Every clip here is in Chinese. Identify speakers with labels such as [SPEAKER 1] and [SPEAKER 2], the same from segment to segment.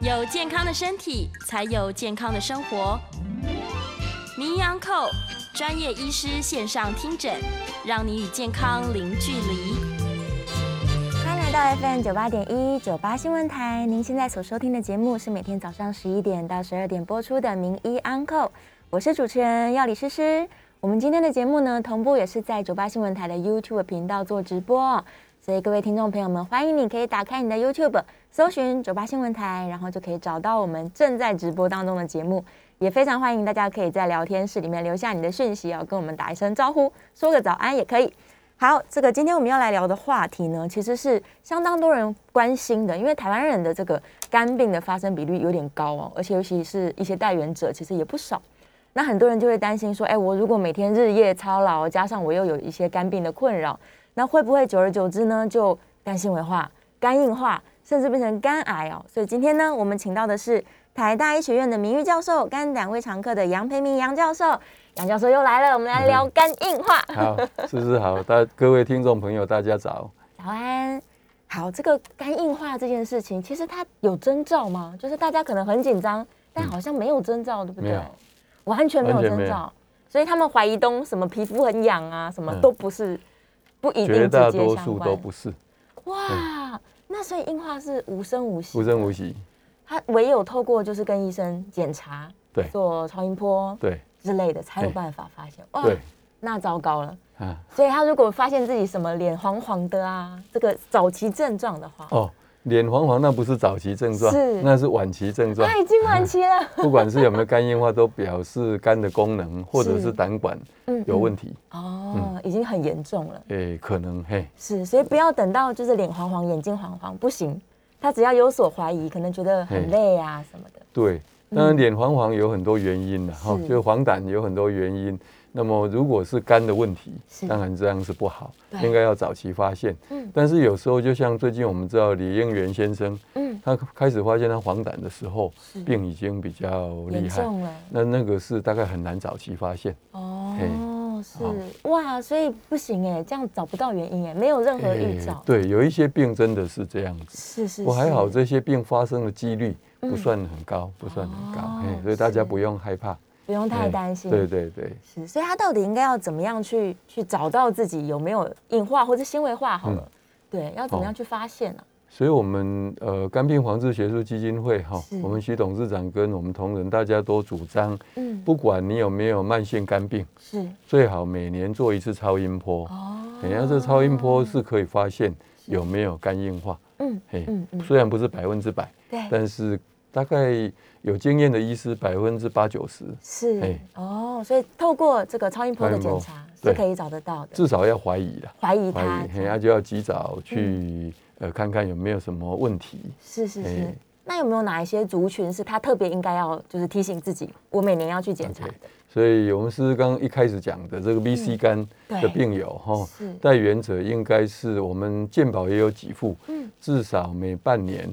[SPEAKER 1] 有健康的身体，才有健康的生活。名医安扣专业医师线上听诊，让你与健康零距离。
[SPEAKER 2] 欢迎来到 FM 九八点一九八新闻台，您现在所收听的节目是每天早上十一点到十二点播出的《名医 Uncle》，我是主持人药理诗诗。我们今天的节目呢，同步也是在九八新闻台的 YouTube 频道做直播哦，所以各位听众朋友们，欢迎你可以打开你的 YouTube，搜寻九八新闻台，然后就可以找到我们正在直播当中的节目。也非常欢迎大家可以在聊天室里面留下你的讯息哦，跟我们打一声招呼，说个早安也可以。好，这个今天我们要来聊的话题呢，其实是相当多人关心的，因为台湾人的这个肝病的发生比率有点高哦，而且尤其是一些带源者，其实也不少。那很多人就会担心说，哎，我如果每天日夜操劳，加上我又有一些肝病的困扰，那会不会久而久之呢，就肝纤维化、肝硬化，甚至变成肝癌哦？所以今天呢，我们请到的是台大医学院的名誉教授、肝胆胃肠科的杨培明杨教授。杨教授又来了，我们来聊肝硬化。
[SPEAKER 3] 好，是是好，大各位听众朋友，大家早。
[SPEAKER 2] 早安。好，这个肝硬化这件事情，其实它有征兆吗？就是大家可能很紧张，但好像没有征兆，对不
[SPEAKER 3] 嗯没
[SPEAKER 2] 对
[SPEAKER 3] 有？
[SPEAKER 2] 完全没有
[SPEAKER 3] 完全
[SPEAKER 2] 征
[SPEAKER 3] 没
[SPEAKER 2] 兆
[SPEAKER 3] 有，
[SPEAKER 2] 所以他们怀疑东什么皮肤很痒啊，什么
[SPEAKER 3] 嗯
[SPEAKER 2] 都不是，不一定
[SPEAKER 3] 绝
[SPEAKER 2] 直
[SPEAKER 3] 大
[SPEAKER 2] 接
[SPEAKER 3] 多
[SPEAKER 2] 相
[SPEAKER 3] 数都
[SPEAKER 2] 关。
[SPEAKER 3] 不是，
[SPEAKER 2] 哇，那所以硬化是无声无息
[SPEAKER 3] 无，声无息。
[SPEAKER 2] 它唯有透过就是跟医生检查，
[SPEAKER 3] 对
[SPEAKER 2] 做超音波
[SPEAKER 3] 对
[SPEAKER 2] 之类的，才有
[SPEAKER 3] 对
[SPEAKER 2] 办法发现。哇，
[SPEAKER 3] 对
[SPEAKER 2] 那糟糕了。
[SPEAKER 3] 啊，
[SPEAKER 2] 所以他如果发现自己什么脸黄黄的啊，这个早期症状的话，
[SPEAKER 3] 哦，脸黄黄那不是早期症状
[SPEAKER 2] 是，哎
[SPEAKER 3] 那是晚期症状
[SPEAKER 2] 那。已经晚期了。
[SPEAKER 3] 不管是有没有肝硬化，都表示肝的功能或者
[SPEAKER 2] 是
[SPEAKER 3] 是胆管
[SPEAKER 2] 嗯
[SPEAKER 3] 有问题，
[SPEAKER 2] 哦，已经很严重了，
[SPEAKER 3] 诶，可能嘿，
[SPEAKER 2] 是，所以不要等到就是脸黄黄、眼睛黄黄不行，他只要有所怀疑，可能觉得很
[SPEAKER 3] 嘿
[SPEAKER 2] 累啊什么的，
[SPEAKER 3] 对，当然脸黄黄有很多原因的哈，
[SPEAKER 2] 嗯是
[SPEAKER 3] 就黄疸有很多原因。那么如果是肝的问题
[SPEAKER 2] 是，
[SPEAKER 3] 当然这样是不好
[SPEAKER 2] 对，
[SPEAKER 3] 应该要早期发现。
[SPEAKER 2] 嗯
[SPEAKER 3] 但是有时候就像最近我们知道李应元先生，
[SPEAKER 2] 嗯，
[SPEAKER 3] 他开始发现他黄疸的时候
[SPEAKER 2] 是，
[SPEAKER 3] 病已经比较
[SPEAKER 2] 严
[SPEAKER 3] 厉害。
[SPEAKER 2] 重了。
[SPEAKER 3] 那那个是大概很难早期发现，
[SPEAKER 2] 哦
[SPEAKER 3] 嘿，
[SPEAKER 2] 是哇，所以不行哎，这样找不到原因哎，没有任何预
[SPEAKER 3] 诶
[SPEAKER 2] 兆。
[SPEAKER 3] 对，有一些病真的是这样
[SPEAKER 2] 是
[SPEAKER 3] 子。
[SPEAKER 2] 是，
[SPEAKER 3] 我还好，
[SPEAKER 2] 是嗯
[SPEAKER 3] 这些病发生的几率不算很高，不算很高，
[SPEAKER 2] 哦
[SPEAKER 3] 嘿所以大
[SPEAKER 2] 是
[SPEAKER 3] 家不用害怕，
[SPEAKER 2] 不用太
[SPEAKER 3] 嘿
[SPEAKER 2] 担心。
[SPEAKER 3] 对对对，
[SPEAKER 2] 是，所以他到底应该要怎么样去去找到自己有没有硬化或者纤维化？
[SPEAKER 3] 嗯
[SPEAKER 2] 好了，对，要怎么样
[SPEAKER 3] 哦
[SPEAKER 2] 去发现啊呢？
[SPEAKER 3] 所以，我们呃肝病防治学术基金会哈
[SPEAKER 2] 是，
[SPEAKER 3] 我们徐董事长跟我们同仁大家都主张，
[SPEAKER 2] 嗯，
[SPEAKER 3] 不管你有没有慢性肝病，
[SPEAKER 2] 是
[SPEAKER 3] 最好每年做一次超音波。
[SPEAKER 2] 哦
[SPEAKER 3] 等一下，这超音波是可以发现有没有肝硬化。
[SPEAKER 2] 嗯
[SPEAKER 3] 嘿
[SPEAKER 2] 嗯嗯，哎
[SPEAKER 3] 虽然不是百分之百，
[SPEAKER 2] 对，
[SPEAKER 3] 但是大概有经验的医师百分之八九十，
[SPEAKER 2] 是
[SPEAKER 3] 哎
[SPEAKER 2] 哦，所以透过这个超音波的检查
[SPEAKER 3] 超
[SPEAKER 2] 是
[SPEAKER 3] 音波对
[SPEAKER 2] 可以找得到的，
[SPEAKER 3] 至少要怀疑了。
[SPEAKER 2] 怀疑
[SPEAKER 3] 怀
[SPEAKER 2] 它
[SPEAKER 3] 疑，嘿，啊那就要及
[SPEAKER 2] 嗯
[SPEAKER 3] 早去呃看看有没有什么问题。
[SPEAKER 2] 是是是
[SPEAKER 3] 哎。
[SPEAKER 2] 那有没有哪一些族群是他特别应该要就是提醒自己，我每年要去检查的？
[SPEAKER 3] 所以我们是刚刚一开始讲的这个 VC 肝
[SPEAKER 2] 嗯对
[SPEAKER 3] 的病友哈
[SPEAKER 2] 是，
[SPEAKER 3] 带源者应该是我们健保也有几副，
[SPEAKER 2] 嗯
[SPEAKER 3] 至少每半年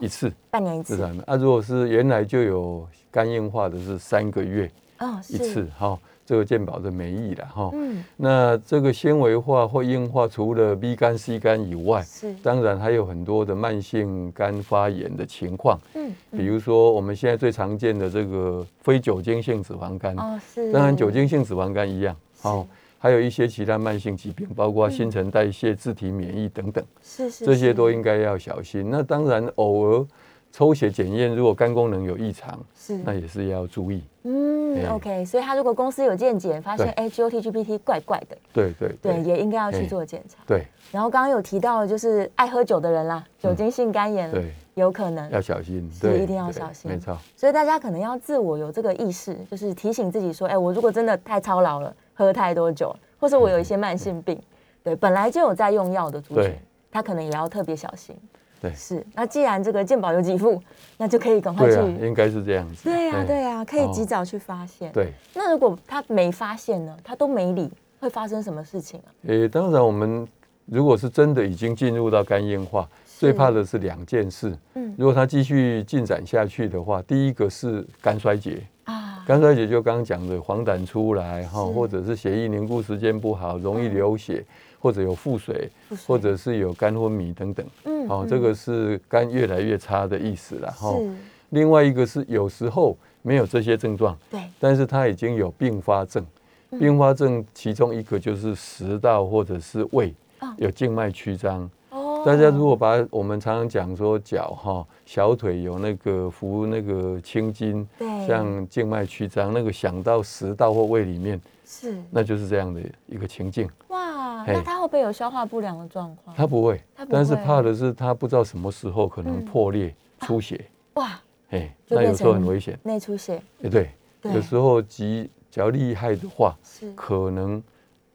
[SPEAKER 3] 一次，
[SPEAKER 2] 半年一
[SPEAKER 3] 至
[SPEAKER 2] 次
[SPEAKER 3] 少每啊，如果是原来就有肝硬化的是三个月
[SPEAKER 2] 哦，
[SPEAKER 3] 一
[SPEAKER 2] 是
[SPEAKER 3] 次哈，这个健保的没益了哈。
[SPEAKER 2] 嗯
[SPEAKER 3] 那这个纤维化或硬化，除了 B 肝、C 肝以外，
[SPEAKER 2] 是
[SPEAKER 3] 当然还有很多的慢性肝发炎的情况，
[SPEAKER 2] 嗯
[SPEAKER 3] 比如说我们现在最常见的这个非酒精性脂肪肝，
[SPEAKER 2] 哦是
[SPEAKER 3] 当然酒精性脂肪肝一样，哦，还有一些其他慢性疾病，包括新陈代谢、自体免疫等等，
[SPEAKER 2] 是嗯是
[SPEAKER 3] 这些
[SPEAKER 2] 是
[SPEAKER 3] 都应该要小心。那当然，偶尔抽血检验，如果肝功能有异常，
[SPEAKER 2] 是
[SPEAKER 3] 那也是要注意。
[SPEAKER 2] 嗯
[SPEAKER 3] 哎
[SPEAKER 2] OK，所以他如果公司有健检发现
[SPEAKER 3] 对
[SPEAKER 2] 哎 GOT GPT 怪怪的，
[SPEAKER 3] 对对
[SPEAKER 2] 对，也应该要去
[SPEAKER 3] 哎
[SPEAKER 2] 做检查。
[SPEAKER 3] 对
[SPEAKER 2] 然后刚刚有提到就是爱喝酒的人啦，酒精性肝炎
[SPEAKER 3] 嗯对，哎
[SPEAKER 2] 有可能
[SPEAKER 3] 要小心，
[SPEAKER 2] 嗯是
[SPEAKER 3] 对，
[SPEAKER 2] 一定要
[SPEAKER 3] 对
[SPEAKER 2] 小心
[SPEAKER 3] 没错。
[SPEAKER 2] 所以大家可能要自我有这个意识，就是提醒自己说，哎、我如果真的太操劳了，喝太多酒，或者我有一些慢性病，对，本来就有在用药的族群
[SPEAKER 3] 嗯对，
[SPEAKER 2] 他可能也要特别小心。
[SPEAKER 3] 对
[SPEAKER 2] 是。那既然这个健保有给付， 那就可以赶快
[SPEAKER 3] 对
[SPEAKER 2] 去
[SPEAKER 3] 啊，。应该是这样子。
[SPEAKER 2] 对呀、啊
[SPEAKER 3] 哎
[SPEAKER 2] 对呀、可以及
[SPEAKER 3] 哦
[SPEAKER 2] 早去发现。。
[SPEAKER 3] 对。
[SPEAKER 2] 那如果他没发现呢？他都没理，会发生什么事情啊？
[SPEAKER 3] 诶，当然，我们如果是真的已经进入到肝硬化，最怕的是两件事。
[SPEAKER 2] 嗯
[SPEAKER 3] 如果它继续进展下去的话，第一个是肝衰竭，
[SPEAKER 2] 啊，
[SPEAKER 3] 肝衰竭就刚刚讲的黄疸出来哈，
[SPEAKER 2] 是嗯
[SPEAKER 3] 或者是血液凝固时间不好，容易流血，或者有腹水，
[SPEAKER 2] 腹水
[SPEAKER 3] 或者是有肝昏迷等等。
[SPEAKER 2] 嗯
[SPEAKER 3] 哦，
[SPEAKER 2] 嗯
[SPEAKER 3] 这个是肝越来越差的意思了哈。
[SPEAKER 2] 是
[SPEAKER 3] 另外一个是有时候没有这些症状，
[SPEAKER 2] 对，
[SPEAKER 3] 但是他已经有并发症。
[SPEAKER 2] 嗯
[SPEAKER 3] 并发症其中一个就是食道或者是胃
[SPEAKER 2] 哦
[SPEAKER 3] 有静脉曲张。
[SPEAKER 2] 哦
[SPEAKER 3] 大家如果把我们常常讲说脚哈小腿有那个服那个青筋，
[SPEAKER 2] 对
[SPEAKER 3] 像静脉曲张那个想到食道或胃里面，
[SPEAKER 2] 是
[SPEAKER 3] 那就是这样的一个情境。
[SPEAKER 2] 哇，
[SPEAKER 3] 嘿
[SPEAKER 2] 那他会不会有消化不良的状况？
[SPEAKER 3] 他不会
[SPEAKER 2] 它，不
[SPEAKER 3] 但是
[SPEAKER 2] 会
[SPEAKER 3] 怕的是他不知道什么时候可能
[SPEAKER 2] 嗯
[SPEAKER 3] 破裂出血，
[SPEAKER 2] 哇，
[SPEAKER 3] 哎，
[SPEAKER 2] 就
[SPEAKER 3] 那有
[SPEAKER 2] 变
[SPEAKER 3] 时候
[SPEAKER 2] 成
[SPEAKER 3] 很危险。
[SPEAKER 2] 内出血
[SPEAKER 3] 哎，对，
[SPEAKER 2] 对
[SPEAKER 3] 有时候急只要厉害的话，
[SPEAKER 2] 是
[SPEAKER 3] 可能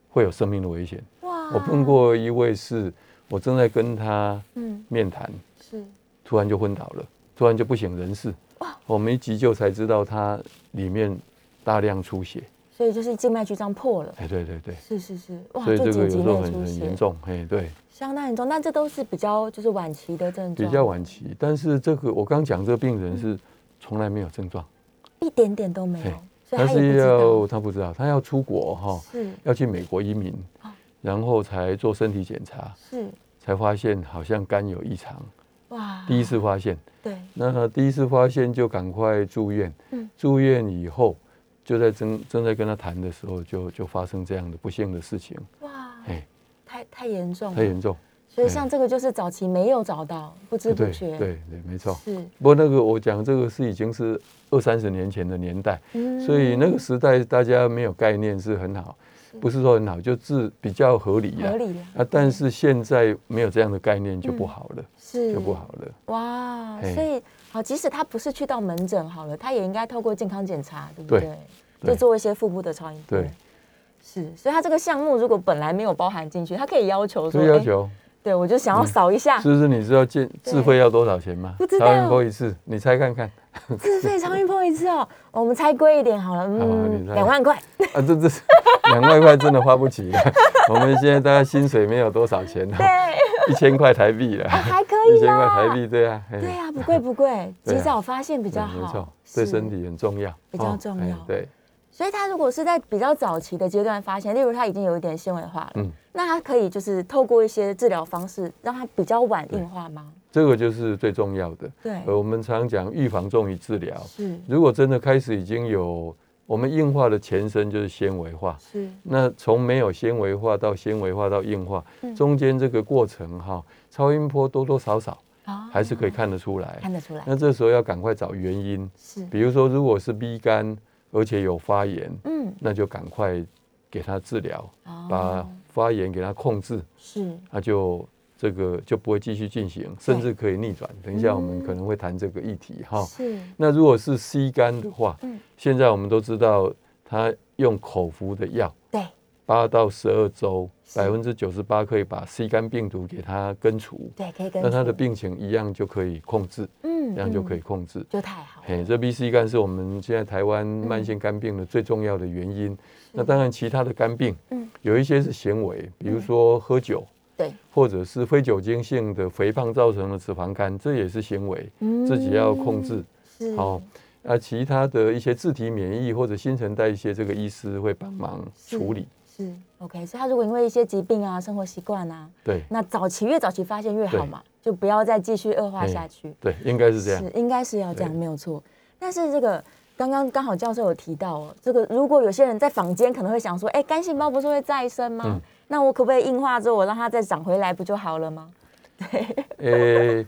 [SPEAKER 3] 会有生命的危险。
[SPEAKER 2] 哇
[SPEAKER 3] 我碰，过一位是，我正在跟他
[SPEAKER 2] 嗯，
[SPEAKER 3] 面谈，
[SPEAKER 2] 是
[SPEAKER 3] 突然就昏倒了，突然就不省人事
[SPEAKER 2] 哇。
[SPEAKER 3] 我们一急救才知道他里面大量出血。
[SPEAKER 2] 所以就是静脉曲张破了，
[SPEAKER 3] 哎，对对对，
[SPEAKER 2] 是是是，哇，
[SPEAKER 3] 所以
[SPEAKER 2] 就
[SPEAKER 3] 这个
[SPEAKER 2] 紧急
[SPEAKER 3] 有时候
[SPEAKER 2] 内
[SPEAKER 3] 很
[SPEAKER 2] 出
[SPEAKER 3] 很严
[SPEAKER 2] 血，
[SPEAKER 3] 重。哎，对，
[SPEAKER 2] 相当严重，但这都是比较就是晚期的症状，
[SPEAKER 3] 比较晚期。但是这个我刚讲这个病人
[SPEAKER 2] 嗯
[SPEAKER 3] 是从来没有症状，
[SPEAKER 2] 一点点都没有
[SPEAKER 3] 嘿，
[SPEAKER 2] 所以
[SPEAKER 3] 他
[SPEAKER 2] 他也不
[SPEAKER 3] 是
[SPEAKER 2] 知
[SPEAKER 3] 要哦
[SPEAKER 2] 道，
[SPEAKER 3] 他不知道，他要出国哈，
[SPEAKER 2] 是
[SPEAKER 3] 要去美国移民
[SPEAKER 2] 哦，
[SPEAKER 3] 然后才做身体检查，
[SPEAKER 2] 是
[SPEAKER 3] 才发现好像肝有异常，
[SPEAKER 2] 啊哇，
[SPEAKER 3] 第一次发现。
[SPEAKER 2] 对
[SPEAKER 3] 那第一次发现就赶快住院，
[SPEAKER 2] 嗯
[SPEAKER 3] 住院以后就在正正在跟他谈的时候就，就发生这样的不幸的事情，
[SPEAKER 2] 哇，
[SPEAKER 3] 哎、
[SPEAKER 2] 太太严重
[SPEAKER 3] 太
[SPEAKER 2] 了，
[SPEAKER 3] 严重，
[SPEAKER 2] 所以像这个就是早期没有找到，不知
[SPEAKER 3] 对
[SPEAKER 2] 哦不
[SPEAKER 3] 对
[SPEAKER 2] 觉，
[SPEAKER 3] 对，没错。
[SPEAKER 2] 是，
[SPEAKER 3] 不过那个我讲这个是已经是二三十年前的年代，
[SPEAKER 2] 嗯
[SPEAKER 3] 所以那个时代大家没有概念是很好，不是说很好，就是比较合理啦
[SPEAKER 2] 合理啦，
[SPEAKER 3] 啊，但是现在没有这样的概念就不好了，
[SPEAKER 2] 嗯是
[SPEAKER 3] 就不好了。
[SPEAKER 2] 哇，
[SPEAKER 3] 嘿
[SPEAKER 2] 所以好，即使他不是去到门诊好了，他也应该透过健康检查，对不对？
[SPEAKER 3] 对
[SPEAKER 2] 就
[SPEAKER 3] 对
[SPEAKER 2] 做一些腹部的超音波。
[SPEAKER 3] 对，
[SPEAKER 2] 是，所以他这个项目如果本来没有包含进去，他可以要求说，
[SPEAKER 3] 所以要
[SPEAKER 2] 哎
[SPEAKER 3] 求
[SPEAKER 2] 对我就想要
[SPEAKER 3] 嗯
[SPEAKER 2] 扫一下
[SPEAKER 3] 是不是你知道健
[SPEAKER 2] 对
[SPEAKER 3] 智慧要多少钱吗？
[SPEAKER 2] 啊不知道
[SPEAKER 3] 超音波一次，你猜看看。
[SPEAKER 2] 自费超音波一次 哦，我们猜贵一点好了，
[SPEAKER 3] 嗯好你
[SPEAKER 2] 嗯，
[SPEAKER 3] 猜
[SPEAKER 2] 两万 块，
[SPEAKER 3] 啊，这这是两万块真的花不起了。 我们现在大家薪水没有多少钱
[SPEAKER 2] 对，哦
[SPEAKER 3] 啊，一千块台币了，
[SPEAKER 2] 还可
[SPEAKER 3] 一
[SPEAKER 2] 以
[SPEAKER 3] 千块台
[SPEAKER 2] 啦。
[SPEAKER 3] 币，对啊，嘿
[SPEAKER 2] 对啊，不贵不贵，
[SPEAKER 3] 对
[SPEAKER 2] 及
[SPEAKER 3] 啊
[SPEAKER 2] 早发现比
[SPEAKER 3] 对
[SPEAKER 2] 较
[SPEAKER 3] 没
[SPEAKER 2] 好
[SPEAKER 3] 错，，对
[SPEAKER 2] 是
[SPEAKER 3] 身。体很重要，
[SPEAKER 2] 比较
[SPEAKER 3] 哦
[SPEAKER 2] 重
[SPEAKER 3] 哎
[SPEAKER 2] 要
[SPEAKER 3] 对，
[SPEAKER 2] 所以他如果是在比较早期的阶段发现，例如他已经有一点纤维化了，
[SPEAKER 3] 嗯
[SPEAKER 2] 那他可以就是透过一些治疗方式让他比较晚硬化吗？
[SPEAKER 3] 这个就是最重要的。
[SPEAKER 2] 对，
[SPEAKER 3] 呃，我们常讲预防重于治疗。
[SPEAKER 2] 是
[SPEAKER 3] 如果真的开始已经有我们硬化的前身就是纤维化，
[SPEAKER 2] 是，
[SPEAKER 3] 那从没有纤维化到纤维化到硬化
[SPEAKER 2] 嗯，
[SPEAKER 3] 中间这个过程哈，超音波多多少少
[SPEAKER 2] 哦
[SPEAKER 3] 还是可以看得出来
[SPEAKER 2] 看。得出来，
[SPEAKER 3] 那这时候要赶快找原因，
[SPEAKER 2] 是，
[SPEAKER 3] 比如说，如果是 B 肝，而且有发炎，
[SPEAKER 2] 嗯，
[SPEAKER 3] 那就赶快给他治疗，把
[SPEAKER 2] 哦，
[SPEAKER 3] 发炎给他控制，
[SPEAKER 2] 是
[SPEAKER 3] 那就这个就不会继续进行，甚至可以逆转。等一下我们
[SPEAKER 2] 嗯
[SPEAKER 3] 可能会谈这个议题哈。
[SPEAKER 2] 是，
[SPEAKER 3] 那如果是 C 肝的话
[SPEAKER 2] 嗯，
[SPEAKER 3] 现在我们都知道，它用口服的药
[SPEAKER 2] 对，
[SPEAKER 3] 八到十二周，
[SPEAKER 2] 是
[SPEAKER 3] 百分之九十八可以把 C 肝病毒给它根除，
[SPEAKER 2] 对，可以跟
[SPEAKER 3] 那它的
[SPEAKER 2] 出，
[SPEAKER 3] 病情一样就可以控制，
[SPEAKER 2] 嗯
[SPEAKER 3] 这样就可以
[SPEAKER 2] 嗯
[SPEAKER 3] 控制。
[SPEAKER 2] 就太好了，嗯
[SPEAKER 3] 嘿，这 B C 肝是我们现在台湾慢性肝病的最重要的原因。那当然，其他的肝病，
[SPEAKER 2] 嗯
[SPEAKER 3] 有一些是行为，比如说喝酒，
[SPEAKER 2] 对，
[SPEAKER 3] 或者是非酒精性的肥胖造成的脂肪肝，这也是行为，
[SPEAKER 2] 嗯
[SPEAKER 3] 自己要控制。
[SPEAKER 2] 是，
[SPEAKER 3] 好、那其他的一些自体免疫或者新陈代谢，这个医师会帮忙
[SPEAKER 2] 是
[SPEAKER 3] 处理。
[SPEAKER 2] 是 OK，所以他如果因为一些疾病啊、生活习惯啊，
[SPEAKER 3] 对
[SPEAKER 2] 那早期越早期发现越好
[SPEAKER 3] 对
[SPEAKER 2] 嘛，就不要再继续恶化
[SPEAKER 3] 嘿
[SPEAKER 2] 下去。
[SPEAKER 3] 对，应该是这样
[SPEAKER 2] 是。应该是要这样，
[SPEAKER 3] 对
[SPEAKER 2] 没有错。但是这个刚刚刚好教授有提到哦，这个如果有些人在坊间可能会想说，哎、肝细胞不是会再生吗？
[SPEAKER 3] 嗯
[SPEAKER 2] 那我可不可以硬化之后我让它再长回来不就好了吗？
[SPEAKER 3] 诶、呃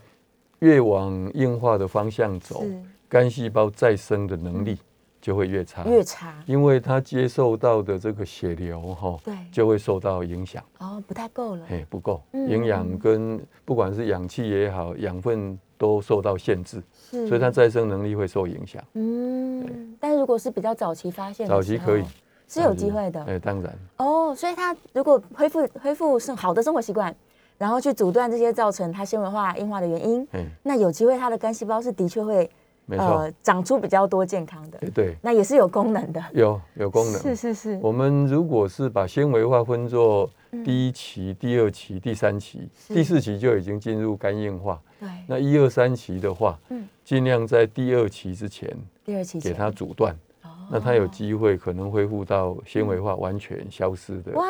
[SPEAKER 3] 越往硬化的方向走，肝细胞再生的能力就会越差。
[SPEAKER 2] 嗯越差
[SPEAKER 3] 因为他接受到的这个血流哈、
[SPEAKER 2] 对
[SPEAKER 3] 就会受到影响，
[SPEAKER 2] 哦，不太够了。
[SPEAKER 3] 哎，不够，
[SPEAKER 2] 嗯
[SPEAKER 3] 营养跟不管是氧气也好，养分都受到限制，
[SPEAKER 2] 是
[SPEAKER 3] 所以它再生能力会受影响。
[SPEAKER 2] 嗯，但如果是比较早期发现的时候，
[SPEAKER 3] 早期可以
[SPEAKER 2] 是有机会的
[SPEAKER 3] 哎，当然，
[SPEAKER 2] 哦。所以他如果恢复恢复是好的生活习惯，然后去阻断这些造成它纤维化硬化的原因，
[SPEAKER 3] 哎，
[SPEAKER 2] 那有机会它的肝细胞是的确会
[SPEAKER 3] 没错，
[SPEAKER 2] 呃长出比较多健康的，
[SPEAKER 3] 哎，对，
[SPEAKER 2] 那也是有功能的。
[SPEAKER 3] 有有功能。
[SPEAKER 2] 是是是，
[SPEAKER 3] 我们如果是把纤维化分作
[SPEAKER 2] 嗯
[SPEAKER 3] 第一期、第二期、第三期，第四期就已经进入肝硬化。
[SPEAKER 2] 对，
[SPEAKER 3] 那一二三期的话
[SPEAKER 2] 嗯，
[SPEAKER 3] 尽量在第二期之前
[SPEAKER 2] 第二期
[SPEAKER 3] 给
[SPEAKER 2] 前
[SPEAKER 3] 它阻断。
[SPEAKER 2] 哦嗯
[SPEAKER 3] 那它有机会可能恢复到纤维化完全消失的。
[SPEAKER 2] 哇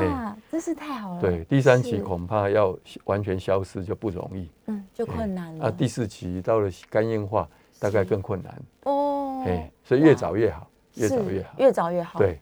[SPEAKER 3] 哎，
[SPEAKER 2] 真是太好了。
[SPEAKER 3] 对，第三
[SPEAKER 2] 是
[SPEAKER 3] 期恐怕要完全消失就不容易。
[SPEAKER 2] 嗯就
[SPEAKER 3] 哎
[SPEAKER 2] 困难了
[SPEAKER 3] 啊，第四期到了肝硬化，大概更困难。
[SPEAKER 2] 哦，
[SPEAKER 3] 哎，所以越
[SPEAKER 2] 哇
[SPEAKER 3] 早越好，越
[SPEAKER 2] 是
[SPEAKER 3] 早越好。
[SPEAKER 2] 越早越好。，
[SPEAKER 3] 对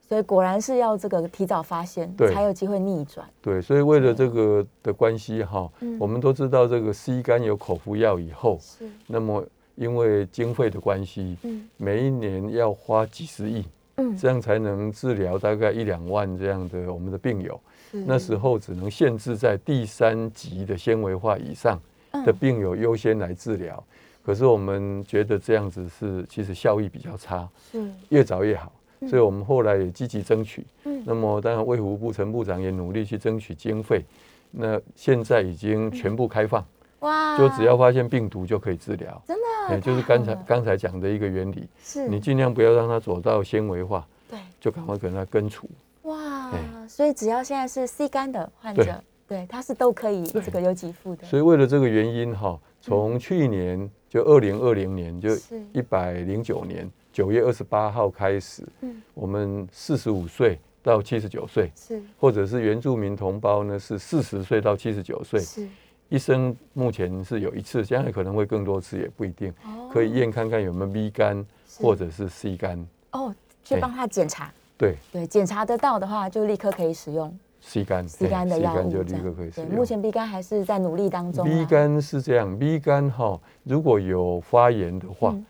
[SPEAKER 2] 所以果然是要这个提早发现，
[SPEAKER 3] 对
[SPEAKER 2] 才有机会逆转。
[SPEAKER 3] 对，所以为了这个的关系哈
[SPEAKER 2] 嗯，
[SPEAKER 3] 我们都知道这个 C 肝有口服药以后，
[SPEAKER 2] 是，
[SPEAKER 3] 那么因为经费的关系，
[SPEAKER 2] 嗯
[SPEAKER 3] 每一年要花几十亿，
[SPEAKER 2] 嗯，
[SPEAKER 3] 这样才能治疗大概一两万这样的我们的病友。那时
[SPEAKER 2] 候
[SPEAKER 3] 候只能限制在第三级的纤维化以上
[SPEAKER 2] 嗯
[SPEAKER 3] 的病友优先来治疗。可是我们觉得这样子是其实效益比较差，
[SPEAKER 2] 是，
[SPEAKER 3] 越早越好。所以我们后来也积极争取。
[SPEAKER 2] 嗯
[SPEAKER 3] 那么当然，卫福部陈部长也努力去争取经费。那现在已经全部开放，
[SPEAKER 2] 哇
[SPEAKER 3] 就只要发现病毒就可以治疗，
[SPEAKER 2] 真的太
[SPEAKER 3] 也就是
[SPEAKER 2] 好
[SPEAKER 3] 刚才
[SPEAKER 2] 了
[SPEAKER 3] 刚才讲的一个原理，
[SPEAKER 2] 是
[SPEAKER 3] 你尽量不要让它走到纤维化，
[SPEAKER 2] 对
[SPEAKER 3] 就赶快给它根除。
[SPEAKER 2] 哇，
[SPEAKER 3] 哎
[SPEAKER 2] 所以只要现在是 C 肝的患者，对他是都可以
[SPEAKER 3] 对
[SPEAKER 2] 这个有给付的。
[SPEAKER 3] 所以为了这个原因哈，从去年就二零二零年就是一百零九年九月二十八号开始，
[SPEAKER 2] 嗯
[SPEAKER 3] 我们四十五岁到七十九岁，
[SPEAKER 2] 是
[SPEAKER 3] 或者是原住民同胞呢是四十岁到七十九岁，
[SPEAKER 2] 是
[SPEAKER 3] 一生目前是有一次，将来可能会更多次也不一定，
[SPEAKER 2] 哦
[SPEAKER 3] 可以验看看有没有 B 肝
[SPEAKER 2] 是
[SPEAKER 3] 或者是 C 肝，
[SPEAKER 2] 哦，去
[SPEAKER 3] 哎
[SPEAKER 2] 帮他检查，
[SPEAKER 3] 对
[SPEAKER 2] 对，检查得到的话就立刻可以使用
[SPEAKER 3] C 肝
[SPEAKER 2] C 肝的
[SPEAKER 3] 嘿
[SPEAKER 2] 药物，
[SPEAKER 3] 就
[SPEAKER 2] 这样
[SPEAKER 3] 立刻可以使
[SPEAKER 2] 对，
[SPEAKER 3] 用。
[SPEAKER 2] 目前 B 肝还是在努力当中啊。
[SPEAKER 3] B 肝是这样，B 肝哈，如果有发炎的话，
[SPEAKER 2] 嗯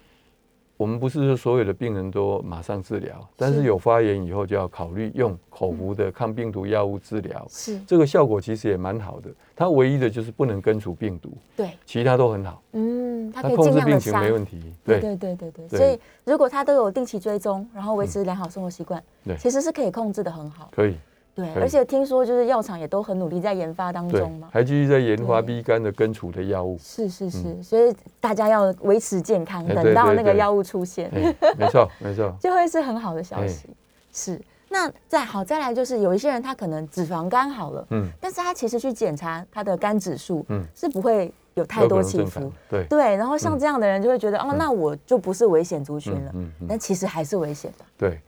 [SPEAKER 3] 我们不是说所有的病人都马上治疗，但是有发炎以后就要考虑用口服
[SPEAKER 2] 嗯
[SPEAKER 3] 的抗病毒药物治疗。
[SPEAKER 2] 是
[SPEAKER 3] 这个效果其实也蛮好的，它唯一的就是不能根除病毒，
[SPEAKER 2] 对，
[SPEAKER 3] 其他都很好，
[SPEAKER 2] 嗯，他
[SPEAKER 3] 它
[SPEAKER 2] 可以
[SPEAKER 3] 控
[SPEAKER 2] 尽
[SPEAKER 3] 制
[SPEAKER 2] 量的
[SPEAKER 3] 病情
[SPEAKER 2] 杀
[SPEAKER 3] 没。问题。
[SPEAKER 2] 对
[SPEAKER 3] 对
[SPEAKER 2] 对对对对，
[SPEAKER 3] 对
[SPEAKER 2] 所以如果他都有定期追踪，然后维持良好生活习惯，
[SPEAKER 3] 嗯对
[SPEAKER 2] 其实是可以控制的很好。
[SPEAKER 3] 可以，
[SPEAKER 2] 对，
[SPEAKER 3] 可以
[SPEAKER 2] 而且听说就是药厂也都很努力在研发当
[SPEAKER 3] 对
[SPEAKER 2] 中嘛，。
[SPEAKER 3] 还继续在研发
[SPEAKER 2] 对
[SPEAKER 3] B 肝的根除的药物。
[SPEAKER 2] 是是是，所以大家要维持健康，
[SPEAKER 3] 嗯哎
[SPEAKER 2] 等
[SPEAKER 3] 对
[SPEAKER 2] 到
[SPEAKER 3] 对
[SPEAKER 2] 那个
[SPEAKER 3] 对
[SPEAKER 2] 药物出现，
[SPEAKER 3] 哎，没错，没错，
[SPEAKER 2] 就会是很好的消息。是，那再好再来就是有一些人他可能脂肪肝好了，
[SPEAKER 3] 嗯，
[SPEAKER 2] 但是他其实去检查他的肝指数，
[SPEAKER 3] 嗯
[SPEAKER 2] 是不会有太
[SPEAKER 3] 有可
[SPEAKER 2] 多
[SPEAKER 3] 能
[SPEAKER 2] 起
[SPEAKER 3] 正常
[SPEAKER 2] 伏。。
[SPEAKER 3] 对，
[SPEAKER 2] 对，然后像这样的人就会觉得，哦，那我就不是危险族群了，
[SPEAKER 3] 嗯
[SPEAKER 2] 但其实还是危险的。
[SPEAKER 3] 对，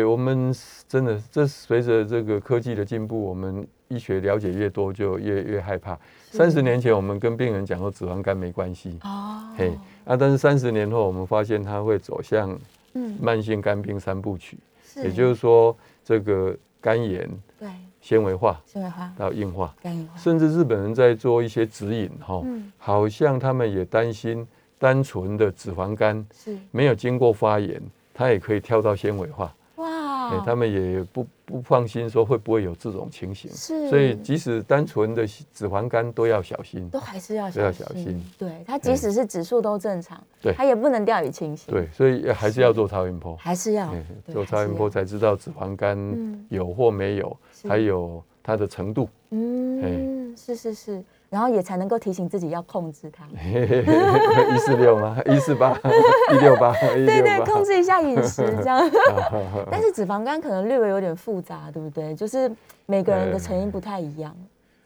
[SPEAKER 3] 呃，我们是真的，这随着这个科技的进步，我们医学了解越多，就越越害怕。三十年前，我们跟病人讲说脂肪肝没关系，
[SPEAKER 2] 哦，
[SPEAKER 3] 嘿，啊，但是三十年后，我们发现它会走向
[SPEAKER 2] 嗯，
[SPEAKER 3] 慢性肝病三部曲，
[SPEAKER 2] 是
[SPEAKER 3] 也就是说，这个肝炎、
[SPEAKER 2] 对，
[SPEAKER 3] 纤维化
[SPEAKER 2] 纤维化、
[SPEAKER 3] 到硬化，
[SPEAKER 2] 肝硬化，
[SPEAKER 3] 甚至日本人在做一些指引哈
[SPEAKER 2] 嗯，
[SPEAKER 3] 好像他们也担心单纯的脂肪肝
[SPEAKER 2] 是
[SPEAKER 3] 没有经过发炎，它也可以跳到纤维化。哎、
[SPEAKER 2] 哇，
[SPEAKER 3] 他们也不不放心说会不会有这种情形，
[SPEAKER 2] 是，
[SPEAKER 3] 所以即使单纯的脂肪肝都要小心。
[SPEAKER 2] 都还是要
[SPEAKER 3] 都要
[SPEAKER 2] 小
[SPEAKER 3] 小
[SPEAKER 2] 心
[SPEAKER 3] 心。
[SPEAKER 2] 对，它即使是指数都正常，
[SPEAKER 3] 对
[SPEAKER 2] 它也不能掉以轻心。，
[SPEAKER 3] 对，所以还是要做超音波，
[SPEAKER 2] 还是要
[SPEAKER 3] 哎
[SPEAKER 2] 对
[SPEAKER 3] 做
[SPEAKER 2] 还
[SPEAKER 3] 超
[SPEAKER 2] 是
[SPEAKER 3] 音波
[SPEAKER 2] 要
[SPEAKER 3] 才知道脂肪
[SPEAKER 2] 嗯
[SPEAKER 3] 肝有或没有，
[SPEAKER 2] 是
[SPEAKER 3] 还有它的程度。
[SPEAKER 2] 嗯，是是是，然后也才能够提醒自己要控制 它。
[SPEAKER 3] 一四六吗？一四八？ 一六八？一
[SPEAKER 2] 对
[SPEAKER 3] 六
[SPEAKER 2] 对，控
[SPEAKER 3] 八？
[SPEAKER 2] 制一下饮食这 样。但
[SPEAKER 3] 但
[SPEAKER 2] 是脂肪肝可能略微有点复杂，对不对？就是每个人的成因不太一样。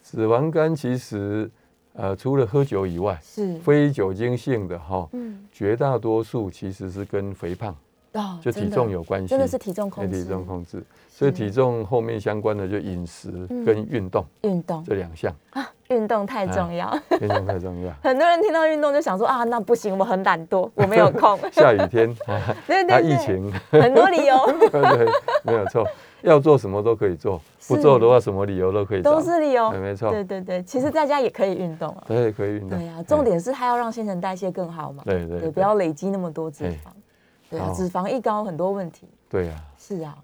[SPEAKER 3] 脂肪肝其实呃，除了喝酒以外，
[SPEAKER 2] 是，
[SPEAKER 3] 非酒精性的哈，
[SPEAKER 2] 嗯，
[SPEAKER 3] 绝大多数其实是跟肥胖
[SPEAKER 2] 哦
[SPEAKER 3] 就体重，有关系，哎
[SPEAKER 2] 真的真的是体重控制，
[SPEAKER 3] 体重控制，所以体重后面相关的就饮食
[SPEAKER 2] 嗯
[SPEAKER 3] 跟运动
[SPEAKER 2] 运动
[SPEAKER 3] 这两项，
[SPEAKER 2] 啊，运动太重要。。
[SPEAKER 3] 非常太重要
[SPEAKER 2] 很多人听到运动就想说啊，那不行，我很懒惰，我没有 空。
[SPEAKER 3] 下雨天，啊，
[SPEAKER 2] 对对
[SPEAKER 3] 啊
[SPEAKER 2] 对，
[SPEAKER 3] 疫情，
[SPEAKER 2] 很多理由。
[SPEAKER 3] 对， 没有错，要做什么都可以做，不
[SPEAKER 2] 是
[SPEAKER 3] 做的话什么理由都可以找，
[SPEAKER 2] 都是理由，
[SPEAKER 3] 哎没错
[SPEAKER 2] 对对对，其实在家也可以运动啊。
[SPEAKER 3] 对，可以运动。
[SPEAKER 2] 对啊，重点是它要让新陈代谢更好嘛。
[SPEAKER 3] 哎对对
[SPEAKER 2] 对，
[SPEAKER 3] 对
[SPEAKER 2] 不要累积那么多脂肪。对啊，
[SPEAKER 3] 好
[SPEAKER 2] 脂肪一高很多问题。
[SPEAKER 3] 对啊，
[SPEAKER 2] 是啊，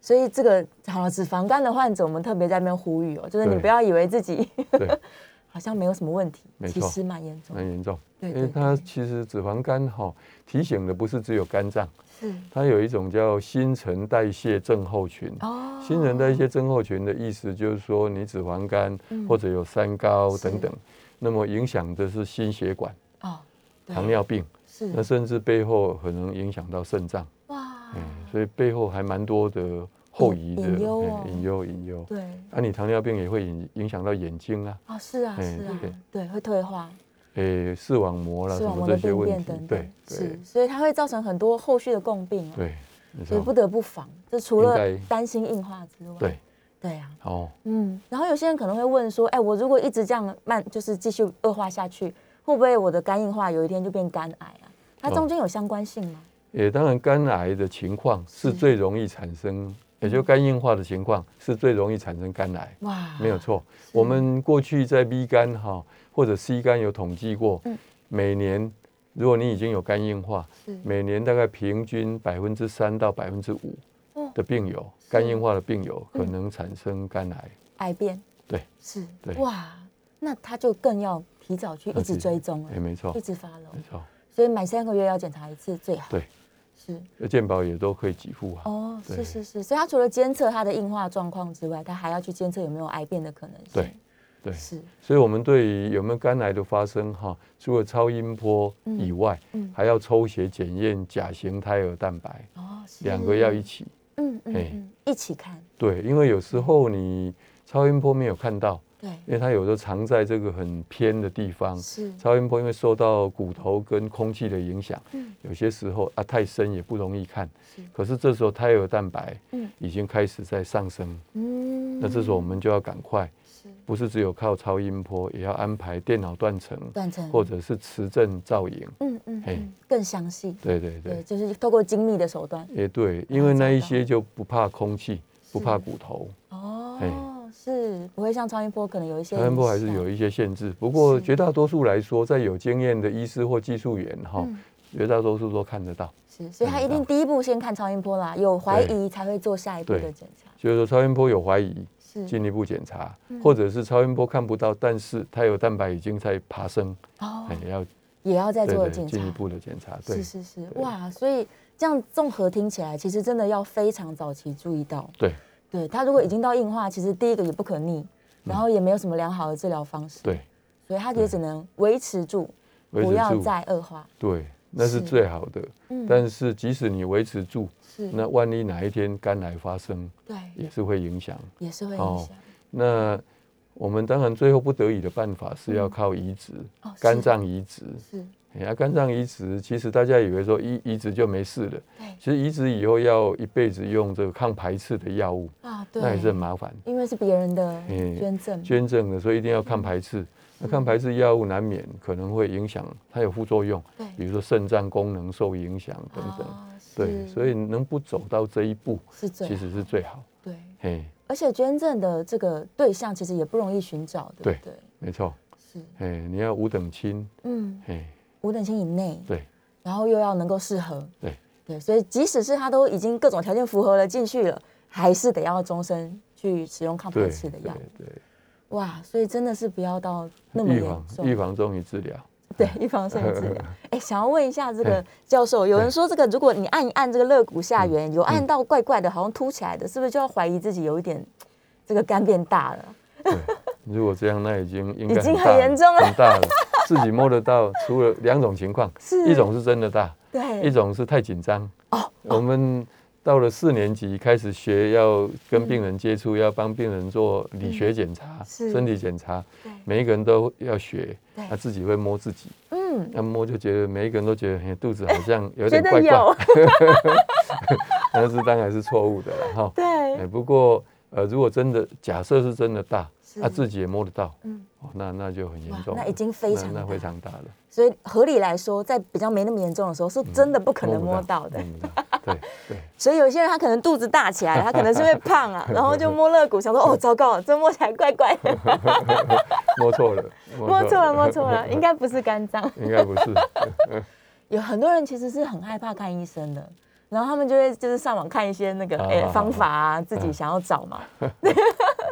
[SPEAKER 2] 所以这个好了，脂肪肝的患者，我们特别在那边呼吁哦，就是你
[SPEAKER 3] 对
[SPEAKER 2] 不要以为自己
[SPEAKER 3] 对，
[SPEAKER 2] 好像没有什么问题，
[SPEAKER 3] 没
[SPEAKER 2] 其
[SPEAKER 3] 错
[SPEAKER 2] 实蛮严重的
[SPEAKER 3] 蛮。严重。
[SPEAKER 2] 对
[SPEAKER 3] 因
[SPEAKER 2] 对
[SPEAKER 3] 为它
[SPEAKER 2] 对
[SPEAKER 3] 其实脂肪肝哈，提醒的不是只有肝脏，
[SPEAKER 2] 是
[SPEAKER 3] 它有一种叫新陈代谢症候群。
[SPEAKER 2] 哦，
[SPEAKER 3] 新陈代谢症候群的意思就是说，你脂肪肝
[SPEAKER 2] 嗯
[SPEAKER 3] 或者有三高
[SPEAKER 2] 是
[SPEAKER 3] 等等，那么影响的是心血管、
[SPEAKER 2] 哦，对
[SPEAKER 3] 糖尿病，
[SPEAKER 2] 是
[SPEAKER 3] 那甚至背后可能影响到肾脏，
[SPEAKER 2] 哇，
[SPEAKER 3] 所以背后还蛮多的后遗的
[SPEAKER 2] 隐忧哦
[SPEAKER 3] 哎隐忧隐忧。
[SPEAKER 2] 对
[SPEAKER 3] 啊，你糖尿病也会影影响到眼睛啊，
[SPEAKER 2] 哦，是啊
[SPEAKER 3] 哎
[SPEAKER 2] 是啊
[SPEAKER 3] 对，
[SPEAKER 2] 对，会退化，
[SPEAKER 3] 诶，视网膜啦，
[SPEAKER 2] 视
[SPEAKER 3] 什
[SPEAKER 2] 网
[SPEAKER 3] 么
[SPEAKER 2] 膜
[SPEAKER 3] 这
[SPEAKER 2] 的
[SPEAKER 3] 些
[SPEAKER 2] 病
[SPEAKER 3] 问
[SPEAKER 2] 变
[SPEAKER 3] 题
[SPEAKER 2] 等，
[SPEAKER 3] 对
[SPEAKER 2] 等，
[SPEAKER 3] 对
[SPEAKER 2] 是，所以它会造成很多后续的共病哦。
[SPEAKER 3] 对，没
[SPEAKER 2] 所以不
[SPEAKER 3] 错，
[SPEAKER 2] 得不防，这除了
[SPEAKER 3] 应该
[SPEAKER 2] 担心硬化之外，
[SPEAKER 3] 对，
[SPEAKER 2] 对啊，
[SPEAKER 3] 哦，
[SPEAKER 2] 嗯，然后有些人可能会问说，哎，我如果一直这样慢，就是继续恶化下去，会不会我的肝硬化有一天就变肝癌啊？它
[SPEAKER 3] 哦
[SPEAKER 2] 中间有相关性吗？
[SPEAKER 3] 也当然，肝癌的情况是最容易产
[SPEAKER 2] 嗯
[SPEAKER 3] 生，也就肝硬化的情况是最容易产生肝癌，
[SPEAKER 2] 哇，
[SPEAKER 3] 没有错。我们过去在 B 肝哈或者 C 肝有统计过
[SPEAKER 2] 嗯，
[SPEAKER 3] 每年如果你已经有肝硬化，
[SPEAKER 2] 是
[SPEAKER 3] 每年大概平均百分之三到百分之五
[SPEAKER 2] 哦嗯
[SPEAKER 3] 的病友，肝硬化的病友可能产生肝癌。
[SPEAKER 2] 癌变，
[SPEAKER 3] 对，
[SPEAKER 2] 是，
[SPEAKER 3] 对
[SPEAKER 2] 哇，那他就更要提早去一直追踪
[SPEAKER 3] 哎，
[SPEAKER 2] 了，
[SPEAKER 3] 没错
[SPEAKER 2] 一，直发了
[SPEAKER 3] 没，错，
[SPEAKER 2] 所以每三个月要检查一次最好。
[SPEAKER 3] 对，
[SPEAKER 2] 是，
[SPEAKER 3] 而健保也都可以给付啊。
[SPEAKER 2] 哦，是
[SPEAKER 3] 对
[SPEAKER 2] 是是，所以他除了监测他的硬化状况之外，他还要去监测有没有癌变的可能性。
[SPEAKER 3] 对，对，
[SPEAKER 2] 是，
[SPEAKER 3] 所以我们对于有没有肝癌的发生哈，除了超音波以外，
[SPEAKER 2] 嗯嗯
[SPEAKER 3] 还要抽血检验甲型胎儿蛋白，
[SPEAKER 2] 哦，是
[SPEAKER 3] 两个要一，起。
[SPEAKER 2] 嗯嗯
[SPEAKER 3] 嘿
[SPEAKER 2] 嗯，一起看，
[SPEAKER 3] 对，因为有时候你超音波没有看到，
[SPEAKER 2] 对，
[SPEAKER 3] 因为它有时候藏在这个很偏的地方。
[SPEAKER 2] 是，
[SPEAKER 3] 超音波因为受到骨头跟空气的影响，
[SPEAKER 2] 嗯
[SPEAKER 3] 有些时候啊太深也不容易看
[SPEAKER 2] 是。
[SPEAKER 3] 可是这时候胎儿蛋白
[SPEAKER 2] 嗯
[SPEAKER 3] 已经开始在上升，
[SPEAKER 2] 嗯
[SPEAKER 3] 那这时候我们就要赶快，
[SPEAKER 2] 是
[SPEAKER 3] 不是只有靠超音波，也要安排电脑断层
[SPEAKER 2] 断层，
[SPEAKER 3] 或者是磁振造影。
[SPEAKER 2] 嗯嗯
[SPEAKER 3] 嘿
[SPEAKER 2] 嗯，更详细，
[SPEAKER 3] 对对
[SPEAKER 2] 对，
[SPEAKER 3] 对，
[SPEAKER 2] 就是透过精密的手段。
[SPEAKER 3] 也对，因
[SPEAKER 2] 把
[SPEAKER 3] 为
[SPEAKER 2] 它
[SPEAKER 3] 那
[SPEAKER 2] 找
[SPEAKER 3] 一
[SPEAKER 2] 到
[SPEAKER 3] 些就不怕空气，不怕骨头。
[SPEAKER 2] 哦，是不会像超音波可能有一些
[SPEAKER 3] 超音波还是
[SPEAKER 2] 影响
[SPEAKER 3] 有一些限制，不过
[SPEAKER 2] 啊是
[SPEAKER 3] 绝大多数来说，在有经验的医师或技术员哈
[SPEAKER 2] 嗯，
[SPEAKER 3] 绝大多数都看得到。
[SPEAKER 2] 是，所以他
[SPEAKER 3] 看
[SPEAKER 2] 一
[SPEAKER 3] 得
[SPEAKER 2] 定
[SPEAKER 3] 到
[SPEAKER 2] 第一步先看超音波啦，有怀
[SPEAKER 3] 对
[SPEAKER 2] 疑才会做下一步
[SPEAKER 3] 对
[SPEAKER 2] 的检查。
[SPEAKER 3] 就是说，超音波有怀疑，
[SPEAKER 2] 是
[SPEAKER 3] 进一步检查，
[SPEAKER 2] 嗯
[SPEAKER 3] 或者是超音波看不到，但是它有蛋白已经在爬升，
[SPEAKER 2] 哦
[SPEAKER 3] 哎，，要
[SPEAKER 2] 也要再
[SPEAKER 3] 对
[SPEAKER 2] 做
[SPEAKER 3] 对
[SPEAKER 2] 检查
[SPEAKER 3] 进。一步的检查。对
[SPEAKER 2] 是是是，哇，所以这样综合听起来，其实真的要非常早期注意到。
[SPEAKER 3] 对
[SPEAKER 2] 对，他如果已经到硬化，其实第一个也不可逆，
[SPEAKER 3] 嗯
[SPEAKER 2] 然后也没有什么良好的治疗方式，
[SPEAKER 3] 对，
[SPEAKER 2] 所以他也只能维持住，
[SPEAKER 3] 维
[SPEAKER 2] 不
[SPEAKER 3] 持
[SPEAKER 2] 要
[SPEAKER 3] 住，
[SPEAKER 2] 再恶化。
[SPEAKER 3] 对，那
[SPEAKER 2] 是
[SPEAKER 3] 是最好的。
[SPEAKER 2] 嗯
[SPEAKER 3] 但是即使你维持住，
[SPEAKER 2] 是，
[SPEAKER 3] 那万一哪一天肝癌发生，
[SPEAKER 2] 对，
[SPEAKER 3] 也是会影响。
[SPEAKER 2] 也是会影
[SPEAKER 3] 哦
[SPEAKER 2] 响。
[SPEAKER 3] 那我们当然最后不得已的办法是
[SPEAKER 2] 嗯
[SPEAKER 3] 要靠移植
[SPEAKER 2] 哦，是
[SPEAKER 3] 肝脏移植。
[SPEAKER 2] 是，
[SPEAKER 3] 哎呀，肝脏移植其实大家以为说移移植就没事了，
[SPEAKER 2] 对
[SPEAKER 3] 其实移植以后要一辈子用这个抗排斥的药物，
[SPEAKER 2] 啊，
[SPEAKER 3] 那也是
[SPEAKER 2] 对，
[SPEAKER 3] 很麻烦。
[SPEAKER 2] 因为是别人的
[SPEAKER 3] 哎
[SPEAKER 2] 捐赠，
[SPEAKER 3] 捐赠的，所以一定要抗排
[SPEAKER 2] 嗯
[SPEAKER 3] 斥。那抗排斥药物难免可能会影响，它有副作用，
[SPEAKER 2] 对
[SPEAKER 3] 比如说肾脏功能受影响等等。
[SPEAKER 2] 啊
[SPEAKER 3] 对，
[SPEAKER 2] 是
[SPEAKER 3] 所以能不走到这一步，
[SPEAKER 2] 是最
[SPEAKER 3] 其
[SPEAKER 2] 好
[SPEAKER 3] 实是最好。
[SPEAKER 2] 对，
[SPEAKER 3] 嘿，
[SPEAKER 2] 而且捐赠的这个对象其实也不容易寻找，对不对？
[SPEAKER 3] 对没错。
[SPEAKER 2] 是，
[SPEAKER 3] 嘿，你要五等亲，
[SPEAKER 2] 嗯，
[SPEAKER 3] 嘿，
[SPEAKER 2] 五等亲以内，
[SPEAKER 3] 对
[SPEAKER 2] 然后又要能够适合，
[SPEAKER 3] 对
[SPEAKER 2] 对，所以即使是他都已经各种条件符合了进去了，还是得要终身去使用抗排
[SPEAKER 3] 对
[SPEAKER 2] 斥的药。
[SPEAKER 3] 对
[SPEAKER 2] 哇，所以真的是不要到那么
[SPEAKER 3] 对，预
[SPEAKER 2] 严
[SPEAKER 3] 防
[SPEAKER 2] 重，
[SPEAKER 3] 预防重于治 疗。
[SPEAKER 2] 对，预防胜于治 疗。哎，想要问一下这个教授，有人说这个如果你按一按这个肋骨下缘，有按到怪怪的，好像凸起来的，是不是就要怀疑自己有一点这个肝变大了？
[SPEAKER 3] 对，如果这样，那已经应该
[SPEAKER 2] 已经
[SPEAKER 3] 大
[SPEAKER 2] 很严重了
[SPEAKER 3] 很大了。 自己摸得到，除了两种情况，
[SPEAKER 2] 是
[SPEAKER 3] 一种是真的大，
[SPEAKER 2] 对，哦
[SPEAKER 3] 一种是太紧张。我们到了四年级开始学，要跟病人接触，要帮病人做理学检查、
[SPEAKER 2] 嗯是
[SPEAKER 3] 身体检查
[SPEAKER 2] 对，
[SPEAKER 3] 每一个人都要学
[SPEAKER 2] 对。
[SPEAKER 3] 他自己会摸自己，
[SPEAKER 2] 嗯，
[SPEAKER 3] 那摸就觉得每一个人都觉得，嘿，肚子好像有
[SPEAKER 2] 觉
[SPEAKER 3] 点
[SPEAKER 2] 得
[SPEAKER 3] 怪
[SPEAKER 2] 有
[SPEAKER 3] 怪，，但是当然是错误的了哈。哎，
[SPEAKER 2] 对，
[SPEAKER 3] 不过呃，如果真的假设是真的大，他、
[SPEAKER 2] 是
[SPEAKER 3] 自己也摸得到，
[SPEAKER 2] 嗯
[SPEAKER 3] 哦，那那就很严
[SPEAKER 2] 哇
[SPEAKER 3] 重了，
[SPEAKER 2] 那已经非常
[SPEAKER 3] 那那
[SPEAKER 2] 大
[SPEAKER 3] 非常大了，
[SPEAKER 2] 所以合理来说，在比较没那么严重的时候，是真的不可能嗯摸到嗯的。
[SPEAKER 3] 摸不到对对，
[SPEAKER 2] 所以有些人他可能肚子大起来，他可能是因为胖 啊，然后就摸肋骨，想说哦，糟糕，这摸起来怪怪的，
[SPEAKER 3] 摸错了，
[SPEAKER 2] 摸错了，摸错了，应该不是肝脏。
[SPEAKER 3] 应该不 是，
[SPEAKER 2] 有很多人其实是很害怕看医生的，然后他们就会就是上网看一些那个
[SPEAKER 3] 啊
[SPEAKER 2] 哎、
[SPEAKER 3] 啊啊
[SPEAKER 2] 方法啊，自己想要找 嘛，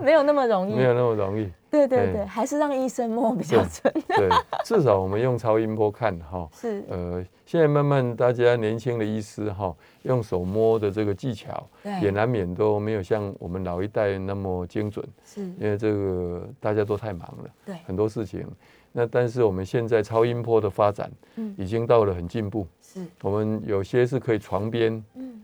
[SPEAKER 2] 没有那么容易
[SPEAKER 3] 没。有那么容易。
[SPEAKER 2] 对对
[SPEAKER 3] 哎
[SPEAKER 2] 对，还是让医生摸比较准。
[SPEAKER 3] 对，至少我们用超音波看哈。
[SPEAKER 2] 是，
[SPEAKER 3] 呃，现在慢慢大家年轻的医师哈，用手摸的这个技巧，也
[SPEAKER 2] 对，
[SPEAKER 3] 难免都没有像我们老一代那么精准，
[SPEAKER 2] 是，
[SPEAKER 3] 因为这个大家都太忙了，
[SPEAKER 2] 对
[SPEAKER 3] 很多事情。那但是我们现在超音波的发展
[SPEAKER 2] 嗯，
[SPEAKER 3] 已经到了很进步，
[SPEAKER 2] 是，
[SPEAKER 3] 我们有些是可以床边，
[SPEAKER 2] 嗯，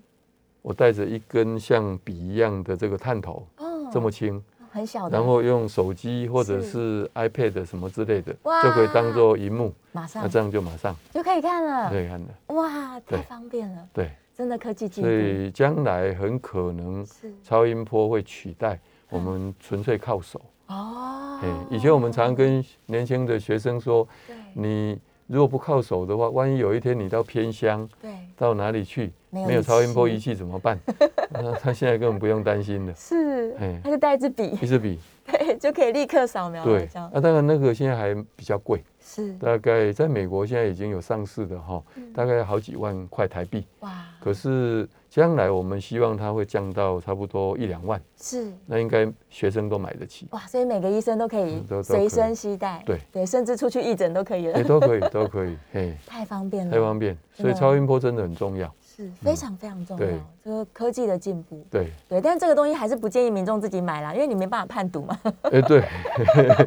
[SPEAKER 3] 我带着一根像笔一样的这个探头，
[SPEAKER 2] 哦，
[SPEAKER 3] 这么轻，
[SPEAKER 2] 很小的，
[SPEAKER 3] 然后用手机或者
[SPEAKER 2] 是
[SPEAKER 3] 是 iPad 什么之类的，
[SPEAKER 2] 哇
[SPEAKER 3] 就可以当做荧幕，
[SPEAKER 2] 马
[SPEAKER 3] 那
[SPEAKER 2] 上
[SPEAKER 3] 这样就马上
[SPEAKER 2] 就可以看
[SPEAKER 3] 可
[SPEAKER 2] 了，
[SPEAKER 3] 以看了。
[SPEAKER 2] 哇，太
[SPEAKER 3] 对
[SPEAKER 2] 方便了，
[SPEAKER 3] 对，
[SPEAKER 2] 真的科技进
[SPEAKER 3] 所
[SPEAKER 2] 步
[SPEAKER 3] 以将来很可能
[SPEAKER 2] 是
[SPEAKER 3] 超音波会取代我们纯粹靠手。
[SPEAKER 2] 嗯哦
[SPEAKER 3] 哎，以前我们常跟年轻的学生说，
[SPEAKER 2] 对
[SPEAKER 3] 你如果不靠手的话，万一有一天你到偏乡，
[SPEAKER 2] 对，
[SPEAKER 3] 到哪里去，
[SPEAKER 2] 没有
[SPEAKER 3] 没有
[SPEAKER 2] 仪
[SPEAKER 3] 超音波
[SPEAKER 2] 器
[SPEAKER 3] 仪器怎么办？ 那他现在根本不用担心的，
[SPEAKER 2] 是
[SPEAKER 3] 哎，
[SPEAKER 2] 他就带一支 笔，
[SPEAKER 3] 一支笔，
[SPEAKER 2] 对，就可以立刻扫描了，
[SPEAKER 3] 对，
[SPEAKER 2] 哦
[SPEAKER 3] 啊
[SPEAKER 2] 这样
[SPEAKER 3] 那当然那个现在还比较贵，
[SPEAKER 2] 是
[SPEAKER 3] 大概在美国现在已经有上市的哈，
[SPEAKER 2] 嗯
[SPEAKER 3] 大概好几万块台币。
[SPEAKER 2] 哇，
[SPEAKER 3] 可是将来我们希望它会降到差不多一两万，
[SPEAKER 2] 是，
[SPEAKER 3] 那应该学生都买得起
[SPEAKER 2] 哇，所以每个医生都可以
[SPEAKER 3] 嗯都都可
[SPEAKER 2] 随
[SPEAKER 3] 以
[SPEAKER 2] 身携带，
[SPEAKER 3] 对
[SPEAKER 2] 对，甚至出去义诊都可以
[SPEAKER 3] 也
[SPEAKER 2] 了，
[SPEAKER 3] 都可以，都可以，嘿，
[SPEAKER 2] 太方便了，
[SPEAKER 3] 太方便。
[SPEAKER 2] 嗯真
[SPEAKER 3] 所
[SPEAKER 2] 的
[SPEAKER 3] 以超音波真的很重要，
[SPEAKER 2] 是非常非常重要
[SPEAKER 3] 对，
[SPEAKER 2] 这个科技的进步，
[SPEAKER 3] 对，
[SPEAKER 2] 对，但这个东西还是不建议民众自己买啦，因为你没办法判读嘛，
[SPEAKER 3] 哎，对，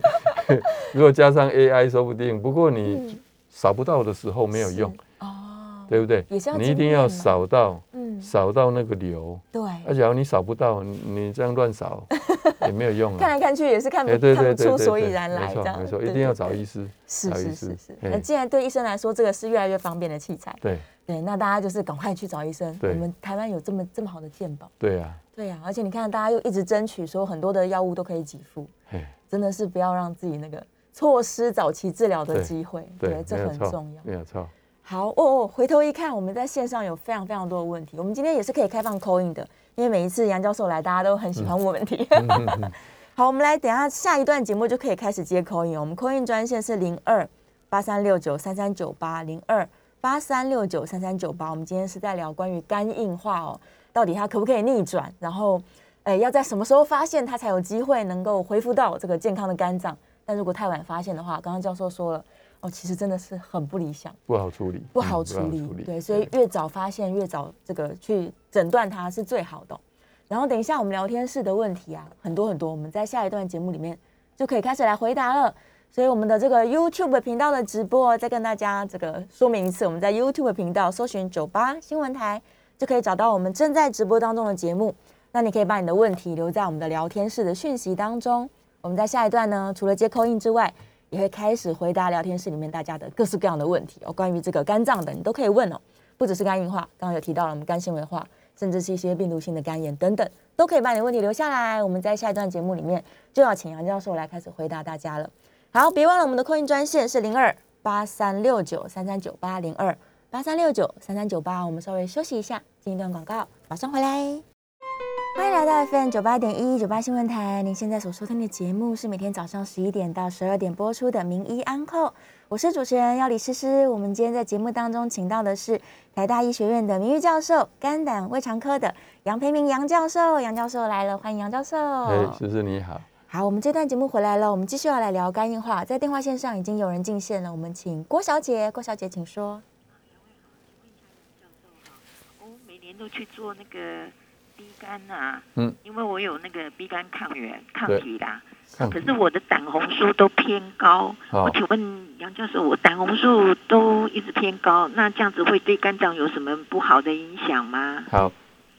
[SPEAKER 3] 如果加上 AI，说不定。不过
[SPEAKER 2] 嗯
[SPEAKER 3] 你扫不到的时候嗯没有用，
[SPEAKER 2] 哦，
[SPEAKER 3] 对不对
[SPEAKER 2] 也是要？
[SPEAKER 3] 你一
[SPEAKER 2] 经
[SPEAKER 3] 定
[SPEAKER 2] 验
[SPEAKER 3] 要
[SPEAKER 2] 嘛
[SPEAKER 3] 扫到，
[SPEAKER 2] 嗯，
[SPEAKER 3] 扫到那个流。
[SPEAKER 2] 对，
[SPEAKER 3] 而且你扫不到，你你这样 乱扫也没有用
[SPEAKER 2] 看
[SPEAKER 3] 啊。
[SPEAKER 2] 来看去也是看不
[SPEAKER 3] 哎，对
[SPEAKER 2] 看
[SPEAKER 3] 对
[SPEAKER 2] 不
[SPEAKER 3] 对
[SPEAKER 2] 出
[SPEAKER 3] 对，
[SPEAKER 2] 所
[SPEAKER 3] 对
[SPEAKER 2] 以然来，这
[SPEAKER 3] 没错
[SPEAKER 2] 样
[SPEAKER 3] 没错，
[SPEAKER 2] 对
[SPEAKER 3] 一定要
[SPEAKER 2] 对
[SPEAKER 3] 找
[SPEAKER 2] 对
[SPEAKER 3] 医师。
[SPEAKER 2] 是
[SPEAKER 3] 找医
[SPEAKER 2] 是
[SPEAKER 3] 师
[SPEAKER 2] 是是，
[SPEAKER 3] 嘿
[SPEAKER 2] 那既然对医生来说，这个是越来越方便的器材，
[SPEAKER 3] 对
[SPEAKER 2] 对，那大家就是赶快去找医生。我
[SPEAKER 3] 对
[SPEAKER 2] 们台湾有这么这么好的健保，
[SPEAKER 3] 对啊，
[SPEAKER 2] 对呀、而且你看大家又一直争取说很多的药物都可以给付，
[SPEAKER 3] 嘿，
[SPEAKER 2] 真的是不要让自己那个错失早期治疗的
[SPEAKER 3] 对
[SPEAKER 2] 机会，
[SPEAKER 3] 对，
[SPEAKER 2] 这
[SPEAKER 3] 没有
[SPEAKER 2] 很
[SPEAKER 3] 错
[SPEAKER 2] 重要。
[SPEAKER 3] 没有错。
[SPEAKER 2] 好哦哦，回头一看，我们在线上有非常非常多的问题，我们今天也是可以开放 call in 的，因为每一次杨教授来，大家都很喜欢问问题。 好，我们来等一下下一段节目就可以开始接 call in 哦。我们 call in 专线是零二八三六九三三九八零二八三六九三三九八。我们今天是在聊关于肝硬化哦，到底它可不可以逆转？然后，诶，要在什么时候发现它才有机会能够恢复到这个健康的肝脏？但如果太晚发现的话，刚刚教授说了，哦，其实真的是很不理想。
[SPEAKER 3] 不好处理，
[SPEAKER 2] 不
[SPEAKER 3] 嗯
[SPEAKER 2] 好处理，对，所以越早发现，越早这个去诊断它是最好的哦、然后等一下我们聊天室的问题啊，很多很多，我们在下一段节目里面就可以开始来回答了。所以我们的这个 YouTube 频道的直播，再跟大家这个说明一次，我们在 YouTube 频道搜寻“九八新闻台”，就可以找到我们正在直播当中的节目。那你可以把你的问题留在我们的聊天室的讯息当中。我们在下一段呢，除了接扣印之外，也会开始回答聊天室里面大家的各式各样的问题哦，关于这个肝脏的，你都可以问哦。不只是肝硬化，刚刚有提到了我们肝纤维化，甚至是一些病毒性的肝炎等等，都可以把你的问题留下来。我们在下一段节目里面就要请杨教授来开始回答大家了。好，别忘了我们的扣印专线是零二八三六九三三九八零二八三六九三三九八。我们稍微休息一下，进一段广告，马上回来。欢迎来到 FM 九八点一九八新闻台。您现在所收听的节目是每天早上十一点到十二点播出的《名医安扣》，我是主持人要李诗诗。我们今天在节目当中请到的是台大医学院的名誉教授、肝胆胃肠科的杨培明杨教授。杨教授来了，欢迎杨教授。
[SPEAKER 3] 哎，思思你好，
[SPEAKER 2] 好，我们这段节目回来了，我们继续要来聊肝硬化。在电话线上已经有人进线了，我们请郭小姐，郭小姐请说。
[SPEAKER 4] 我每年都去做那个 B 肝啊，
[SPEAKER 3] 嗯，
[SPEAKER 4] 因为我有那个 B 肝抗原抗体啦，
[SPEAKER 3] 看
[SPEAKER 4] 可是我的胆红素都偏高。
[SPEAKER 3] 好
[SPEAKER 4] 我请问杨教授，我胆红素都一直偏高，那这样子会对肝脏有什么不好的影响吗？
[SPEAKER 3] 好，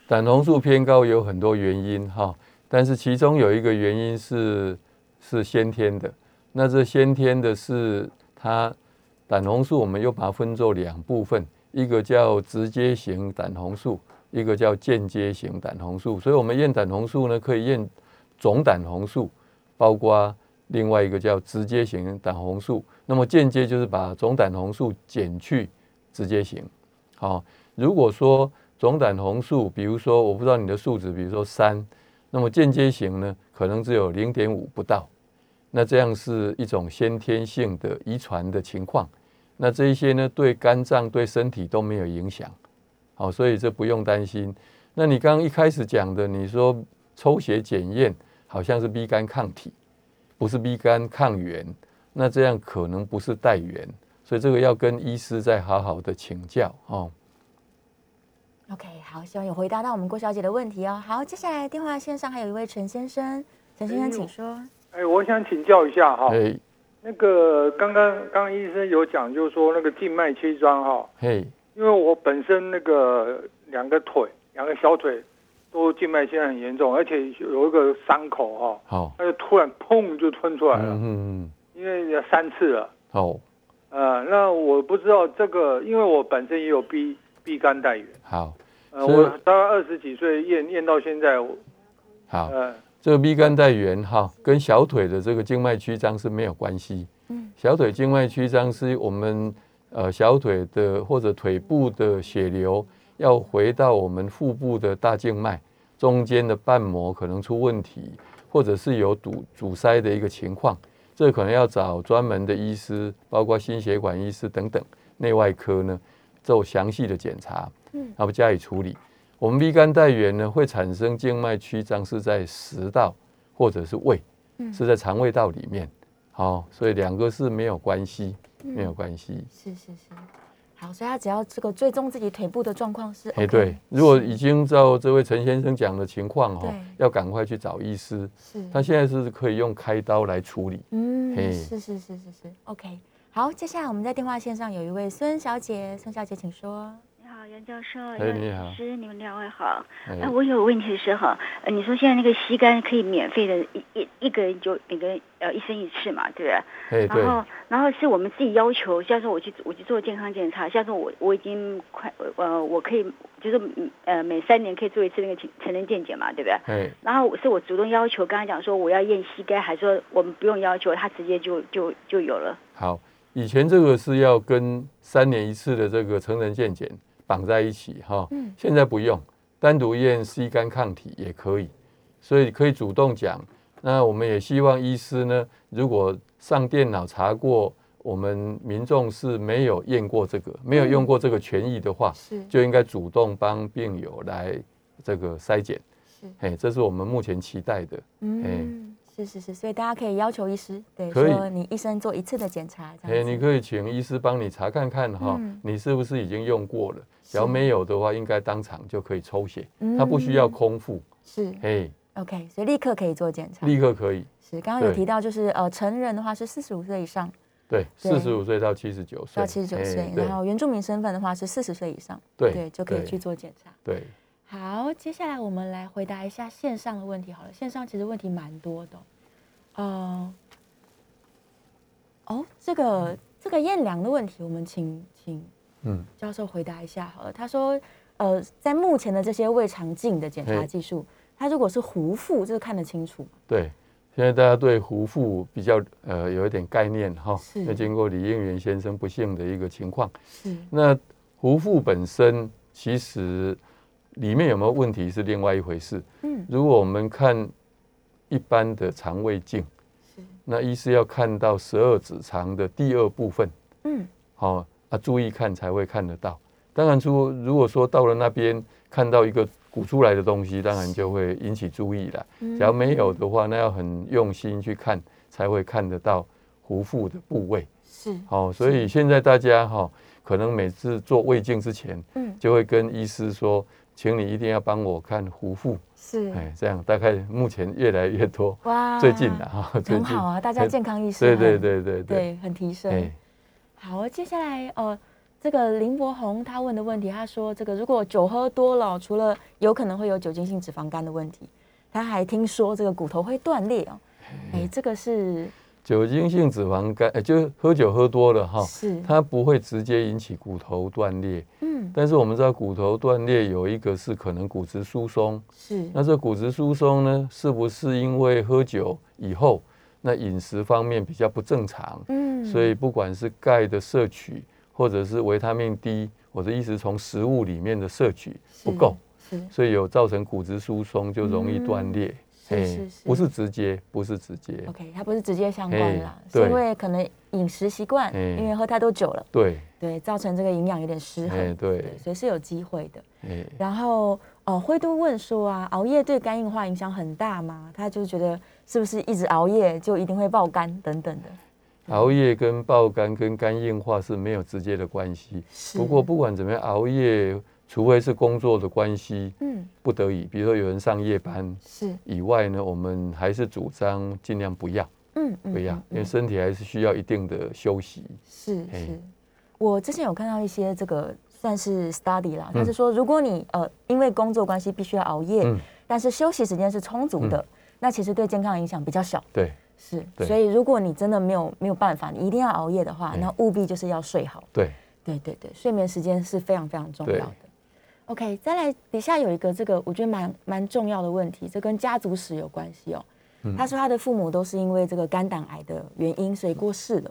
[SPEAKER 3] 胆红素偏高有很多原因哈，但是其中有一个原因是是先天的。那这先天的是它胆红素，我们又把它分作两部分，一个叫直接型胆红素，一个叫间接型胆红素。所以我们验胆红素呢，可以验总胆红素，包括另外一个叫直接型胆红素。那么间接就是把总胆红素减去直接型。好、如果说总胆红素，比如说我不知道你的数值，比如说三，那么间接型呢，可能只有零点五不到。那这样是一种先天性的遗传的情况。那这一些呢，对肝脏、对身体都没有影响。好、所以这不用担心。那你刚刚一开始讲的，你说抽血检验好像是 B 肝抗体，不是 B 肝抗原，那这样可能不是带源，所以这个要跟医师再好好的请教哦。
[SPEAKER 2] OK，好，希望有回答到我们郭小姐的问题哦。好，接下来电话线上还有一位陈先生，陈先生请说。
[SPEAKER 5] 哎，我想请教一下哈，
[SPEAKER 3] 哎
[SPEAKER 5] 那个刚刚刚刚医生有讲，就是说那个静脉曲张哈，
[SPEAKER 3] 嘿，
[SPEAKER 5] 因为我本身那个两个腿、两个小腿都静脉现在很严重，而且有一个伤口哈，
[SPEAKER 3] 好，
[SPEAKER 5] 它就突然砰就吞出来了，
[SPEAKER 3] 嗯嗯，
[SPEAKER 5] 因为三次了。
[SPEAKER 3] 好，
[SPEAKER 5] 呃，那我不知道这个，因为我本身也有 B B 肝带源，
[SPEAKER 3] 好，
[SPEAKER 5] 呃，
[SPEAKER 3] 是
[SPEAKER 5] 我大概二十几岁验验到现在，我
[SPEAKER 3] 好，
[SPEAKER 5] 呃，
[SPEAKER 3] 这个 B 肝带源哈，跟小腿的这个静脉曲张是没有关系。小腿静脉曲张是我们呃小腿的或者腿部的血流要回到我们腹部的大静脉中间的瓣膜可能出问题，或者是有堵阻塞的一个情况，这可能要找专门的医师，包括心血管医师等等内外科呢做详细的检查，嗯，然后加以处理。我们 B 肝带源呢会产生静脉曲张，是在食道或者是胃，
[SPEAKER 2] 嗯
[SPEAKER 6] 嗯
[SPEAKER 3] 是在肠胃道里面。好、所以两个是没有关系，
[SPEAKER 6] 嗯
[SPEAKER 3] 没有关系。
[SPEAKER 2] 是是是，好，所以他只要这个追踪自己腿部的状况是 OK，
[SPEAKER 3] 哎，对，如果已经照这位陈先生讲的情况哦
[SPEAKER 2] 对，
[SPEAKER 3] 要赶快去找医师。
[SPEAKER 2] 是
[SPEAKER 3] 他现在是可以用开刀来处理。
[SPEAKER 2] 嗯，
[SPEAKER 3] 嘿
[SPEAKER 2] 是是是是是，OK。好，接下来我们在电话线上有一位孙小姐，孙小姐请说。
[SPEAKER 6] 你好，杨教授，
[SPEAKER 3] 哎
[SPEAKER 6] 杨
[SPEAKER 3] 你
[SPEAKER 6] 老
[SPEAKER 3] 好
[SPEAKER 6] 师，你们两位好。
[SPEAKER 3] 哎
[SPEAKER 6] 哎、我有个问题是哈，呃，你说现在那个吸肝可以免费的，一一一个人就每个人呃一生一次嘛，对不对？
[SPEAKER 3] 哎，对
[SPEAKER 6] 然，后然后是我们自己要求，像是我去我去做健康检查，像是我我已经快呃我可以就是嗯呃每三年可以做一次那个成成人健检嘛，对不对？
[SPEAKER 3] 哎，
[SPEAKER 6] 然后是我主动要求，刚才讲说我要验膝盖，还说我们不用要求，他直接就就就有了。
[SPEAKER 3] 好，以前这个是要跟三年一次的这个成人健检绑在一起哈，
[SPEAKER 2] 嗯
[SPEAKER 3] 现在不用，单独验 C 肝抗体也可以，所以可以主动讲。那我们也希望医师呢，如果上电脑查过我们民众是没有验过这个，没有用过这个权益的话，
[SPEAKER 2] 是
[SPEAKER 3] 就应该主动帮病友来这个筛检。
[SPEAKER 2] 是
[SPEAKER 3] 哎，这是我们目前期待的。
[SPEAKER 2] 嗯，是是是，所以大家可以要求医师，对，
[SPEAKER 3] 可以
[SPEAKER 2] 说你一生做一次的检查，这
[SPEAKER 3] 哎，
[SPEAKER 2] 样子。
[SPEAKER 3] 你可以请医师帮你查看看哈、
[SPEAKER 2] 嗯
[SPEAKER 3] 你是不是已经用过了？只要
[SPEAKER 2] 是
[SPEAKER 3] 没有的话，应该当场就可以抽血，它不需要
[SPEAKER 2] 嗯
[SPEAKER 3] 空腹，
[SPEAKER 2] 是
[SPEAKER 3] 哎，
[SPEAKER 2] OK，所以立刻可以做检查。
[SPEAKER 3] 立刻可以。
[SPEAKER 2] 是，刚刚有
[SPEAKER 3] 对
[SPEAKER 2] 提到就是呃，成人的话是四十五岁以上
[SPEAKER 3] 对，
[SPEAKER 2] 对
[SPEAKER 3] 四十五岁到七十九岁，
[SPEAKER 2] 到七十九
[SPEAKER 3] 哎
[SPEAKER 2] 岁，
[SPEAKER 3] 对
[SPEAKER 2] 然后原住民身份的话是四十岁以上，
[SPEAKER 3] 对
[SPEAKER 2] 就可以
[SPEAKER 3] 对
[SPEAKER 2] 去做检查。
[SPEAKER 3] 对，
[SPEAKER 2] 好，接下来我们来回答一下线上的问题好了，线上其实问题蛮多的哦，呃，哦，这个这个燕良的问题，我们请请
[SPEAKER 3] 嗯，
[SPEAKER 2] 教授回答一下好了。他说，呃，在目前的这些胃肠镜的检查
[SPEAKER 3] 嘿
[SPEAKER 2] 技术，它如果是壶腹，这个看得清楚吗？
[SPEAKER 3] 对。现在大家对壶腹比较呃有一点概念哈，
[SPEAKER 2] 是
[SPEAKER 3] 因为经过李应元先生不幸的一个情况，
[SPEAKER 2] 是
[SPEAKER 3] 那壶腹本身其实里面有没有问题是另外一回事。
[SPEAKER 2] 嗯
[SPEAKER 3] 如果我们看一般的肠胃镜，
[SPEAKER 2] 是
[SPEAKER 3] 那医师要看到十二指肠的第二部分，
[SPEAKER 2] 嗯
[SPEAKER 3] 好、啊，注意看才会看得到。当然出，如果说到了那边看到一个鼓出来的东西，当然就会引起注意了。
[SPEAKER 2] 嗯
[SPEAKER 3] 只要没有的话，那要很用心去看，才会看得到壶腹的部位。
[SPEAKER 2] 是
[SPEAKER 3] 好、所以现在大家哈、可能每次做胃镜之前，
[SPEAKER 2] 嗯
[SPEAKER 3] 就会跟医师说，请你一定要帮我看壶腹，
[SPEAKER 2] 是
[SPEAKER 3] 哎，这样大概目前越来越多，
[SPEAKER 2] 哇
[SPEAKER 3] 最近的哈，最
[SPEAKER 2] 啊很
[SPEAKER 3] 近
[SPEAKER 2] 好啊，大家健康意识
[SPEAKER 3] 对对
[SPEAKER 2] 很
[SPEAKER 3] 对对对，
[SPEAKER 2] 对很提升
[SPEAKER 3] 哎。，
[SPEAKER 2] 好，接下来呃，这个林柏宏他问的问题，他说这个如果酒喝多了，除了有可能会有酒精性脂肪肝的问题，他还听说这个骨头会断裂哦。哎，这个是
[SPEAKER 3] 酒精性脂肪肝，哎，就是喝酒喝多了哈，
[SPEAKER 2] 是
[SPEAKER 3] 它不会直接引起骨头断裂，
[SPEAKER 2] 嗯
[SPEAKER 3] 但是我们知道骨头断裂有一个是可能骨质疏松，
[SPEAKER 2] 是
[SPEAKER 3] 那这骨质疏松呢，是不是因为喝酒以后，那饮食方面比较不正常，
[SPEAKER 2] 嗯
[SPEAKER 3] 所以不管是钙的摄取，或者是维他命 D，我的意思从食物里面的摄取不够，
[SPEAKER 2] 是是
[SPEAKER 3] 所以有造成骨质疏松，就容易断裂。
[SPEAKER 2] 嗯是
[SPEAKER 3] 哎
[SPEAKER 2] 是哦是
[SPEAKER 3] 不是直接，不是直接，
[SPEAKER 2] OK，它不是直接相关啦，
[SPEAKER 3] 哎
[SPEAKER 2] 是因
[SPEAKER 3] 对
[SPEAKER 2] 为可能饮食习惯，
[SPEAKER 3] 哎
[SPEAKER 2] 因为喝太多酒了，
[SPEAKER 3] 对，
[SPEAKER 2] 对，造成这个营养有点失
[SPEAKER 3] 哎
[SPEAKER 2] 衡，
[SPEAKER 3] 对，
[SPEAKER 2] 所以是有机会的。
[SPEAKER 3] 哎
[SPEAKER 2] 然后呃，灰度问说啊，熬夜对肝硬化影响很大吗？他就觉得是不是一直熬夜就一定会爆肝等等的？
[SPEAKER 3] 熬夜跟爆肝跟肝硬化是没有直接的关系。
[SPEAKER 2] 是
[SPEAKER 3] 不过不管怎么样，熬夜除非是工作的关系，
[SPEAKER 2] 嗯
[SPEAKER 3] 不得已，比如说有人上夜班
[SPEAKER 2] 是
[SPEAKER 3] 以外呢，我们还是主张尽量不要，
[SPEAKER 2] 嗯嗯
[SPEAKER 3] 不要
[SPEAKER 2] 嗯，
[SPEAKER 3] 因为
[SPEAKER 2] 嗯
[SPEAKER 3] 身体还是需要一定的休息。
[SPEAKER 2] 是
[SPEAKER 3] 哎
[SPEAKER 2] 是，我之前有看到一些这个算是 study 啦，他
[SPEAKER 3] 嗯
[SPEAKER 2] 是说如果你呃因为工作关系必须要熬夜，
[SPEAKER 3] 嗯
[SPEAKER 2] 但是休息时间是充足的，那其实对健康影响比较小。
[SPEAKER 3] 对
[SPEAKER 2] 是，
[SPEAKER 3] 嗯对
[SPEAKER 2] 所以如果你真的没有没有办法，你一定要熬夜的话，
[SPEAKER 3] 嗯
[SPEAKER 2] 那务必就是要睡好。
[SPEAKER 3] 对，
[SPEAKER 2] 对对对，睡眠时间是非常非常重要的
[SPEAKER 3] 对。
[SPEAKER 2] OK，再来底下有一个这个我觉得蛮蛮重要的问题，这跟家族史有
[SPEAKER 3] 嗯
[SPEAKER 2] 关系哦。他说他的父母都是因为这个肝胆癌的原因，所以过世了。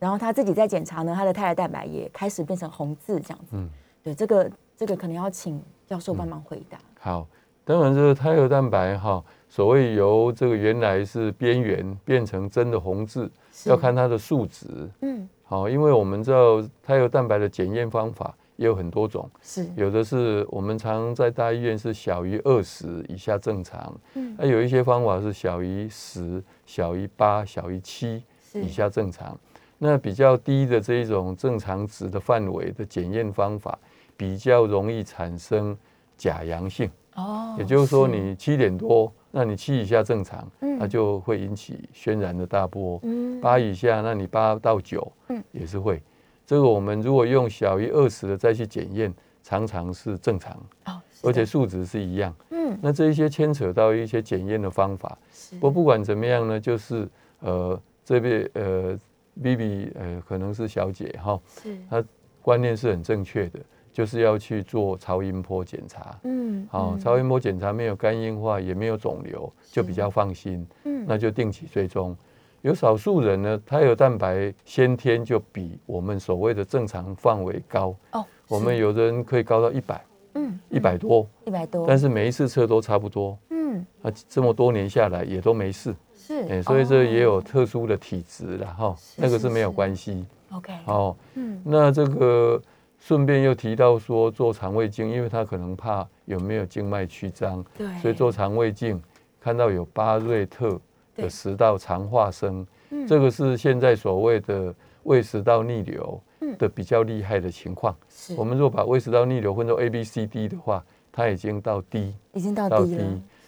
[SPEAKER 2] 然后他自己在检查呢，他的胎儿蛋白也开始变成红字这样子。
[SPEAKER 3] 嗯
[SPEAKER 2] 对，这个这个可能要请教授帮忙回答。
[SPEAKER 3] 好，当然这个胎儿蛋白哈，所谓由这个原来是边缘变成真的红痣，
[SPEAKER 2] 是
[SPEAKER 3] 要看它的数值。
[SPEAKER 2] 嗯，
[SPEAKER 3] 好，因为我们知道胎儿蛋白的检验方法也有很多种，
[SPEAKER 2] 是
[SPEAKER 3] 有的是我们常在大医院是小于二十以下正常，
[SPEAKER 2] 嗯
[SPEAKER 3] 那有一些方法是小于十、小于八、小于七
[SPEAKER 2] 是
[SPEAKER 3] 以下正常。那比较低的这一种正常值的范围的检验方法，比较容易产生假阳性。
[SPEAKER 2] 哦
[SPEAKER 3] 也就是说，你七点多，那你七以下正常，
[SPEAKER 2] 嗯
[SPEAKER 3] 那就会引起轩然的大波。
[SPEAKER 2] 嗯
[SPEAKER 3] 八以下，那你八到九，
[SPEAKER 2] 嗯
[SPEAKER 3] 也是会。这个我们如果用小于二十的再去检验，常常是正常，
[SPEAKER 2] 哦，是的
[SPEAKER 3] 而且数值是一样。
[SPEAKER 2] 嗯
[SPEAKER 3] 那这一些牵扯到一些检验的方法。
[SPEAKER 2] 是
[SPEAKER 3] 不过不管怎么样呢，就是呃这位呃 B B 呃可能是小姐哈，
[SPEAKER 2] 是
[SPEAKER 3] 她观念是很正确的，就是要去做超音波检查。
[SPEAKER 2] 嗯
[SPEAKER 3] 好、
[SPEAKER 2] 嗯
[SPEAKER 3] 超音波检查没有肝硬化，也没有肿瘤，就比较放心。
[SPEAKER 2] 嗯
[SPEAKER 3] 那就定期追踪。有少数人呢，胎儿蛋白先天就比我们所谓的正常范围高，
[SPEAKER 2] 哦，
[SPEAKER 3] 我们
[SPEAKER 2] 是
[SPEAKER 3] 有的人可以高到一百、
[SPEAKER 2] 嗯
[SPEAKER 3] 一百多，
[SPEAKER 2] 一百多，
[SPEAKER 3] 但是每一次测都差不多。
[SPEAKER 2] 嗯
[SPEAKER 3] 啊，这么多年下来也都没事，
[SPEAKER 2] 是
[SPEAKER 3] 哎、所以这也
[SPEAKER 2] 哦
[SPEAKER 3] 有特殊的体质啦，哈，
[SPEAKER 2] 是
[SPEAKER 3] 那个
[SPEAKER 2] 是
[SPEAKER 3] 是没有
[SPEAKER 2] 是
[SPEAKER 3] 关系。
[SPEAKER 2] OK
[SPEAKER 3] 哦，
[SPEAKER 2] 嗯
[SPEAKER 3] 那这个顺便又提到说做肠胃镜，因为他可能怕有没有静脉曲张，
[SPEAKER 2] 对，
[SPEAKER 3] 所以做肠胃镜看到有巴瑞特
[SPEAKER 2] 对
[SPEAKER 3] 的食道肠化生，
[SPEAKER 2] 嗯
[SPEAKER 3] 这个是现在所谓的胃食道逆流
[SPEAKER 2] 嗯
[SPEAKER 3] 的比较厉害的情况。
[SPEAKER 2] 是
[SPEAKER 3] 我们如果把胃食道逆流分作 A、B、C、D 的话，它已经到 D。
[SPEAKER 2] 已经到
[SPEAKER 3] 到
[SPEAKER 2] 底了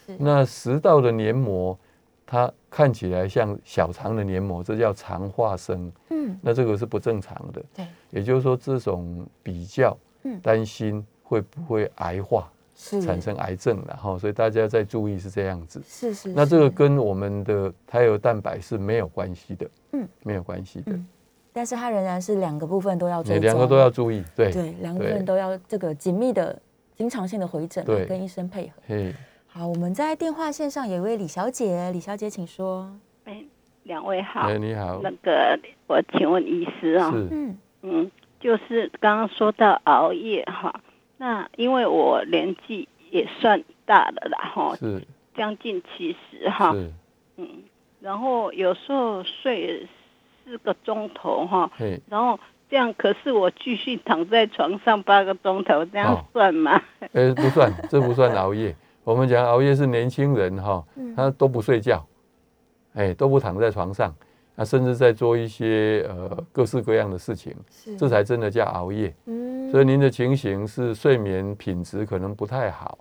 [SPEAKER 3] 低，那食道的黏膜，它看起来像小肠的黏膜，这叫肠化生。
[SPEAKER 2] 嗯
[SPEAKER 3] 那这个是不正常的，
[SPEAKER 2] 对，
[SPEAKER 3] 也就是说这种比较
[SPEAKER 2] 嗯，
[SPEAKER 3] 担心会不会癌化，
[SPEAKER 2] 是
[SPEAKER 3] 产生癌症，然后所以大家在注意是这样子。
[SPEAKER 2] 是是，
[SPEAKER 3] 那这
[SPEAKER 2] 是
[SPEAKER 3] 个跟我们的胎儿蛋白是没有关系的，
[SPEAKER 2] 嗯，
[SPEAKER 3] 没有关系的
[SPEAKER 2] 嗯，但是它仍然是两个部分都要追
[SPEAKER 3] 你
[SPEAKER 2] 踪，
[SPEAKER 3] 哎两个都要注意，对，
[SPEAKER 2] 对，两个部
[SPEAKER 3] 对
[SPEAKER 2] 分都要这个紧密的经常性的回诊啊，
[SPEAKER 3] 对
[SPEAKER 2] 跟医生配合。
[SPEAKER 3] 嘿，
[SPEAKER 2] 好，我们在电话线上有一位李小姐，李小姐请说。
[SPEAKER 6] 哎，两位好
[SPEAKER 3] 哎，，你好
[SPEAKER 6] 那，个我请问医师啊、
[SPEAKER 3] 是，
[SPEAKER 2] 嗯，
[SPEAKER 6] 嗯，就是刚刚说到熬夜哈，那因为我年纪也算大了啦哈，
[SPEAKER 3] 是
[SPEAKER 6] 将近七十哈，
[SPEAKER 3] 是，
[SPEAKER 6] 嗯，然后有时候睡四个钟头哈，
[SPEAKER 3] 嘿，
[SPEAKER 6] 然后这样可是我继续躺在床上八个钟头，这
[SPEAKER 3] 哦
[SPEAKER 6] 样算吗？
[SPEAKER 3] 呃，不算，这不算熬夜。我们讲熬夜是年轻人哈
[SPEAKER 2] 嗯，
[SPEAKER 3] 他都不睡觉，哎，都不躺在床上，啊，甚至在做一些呃各式各样的事情，
[SPEAKER 2] 是，
[SPEAKER 3] 这才真的叫熬夜。
[SPEAKER 2] 嗯，
[SPEAKER 3] 所以您的情形是睡眠品质可能不太好，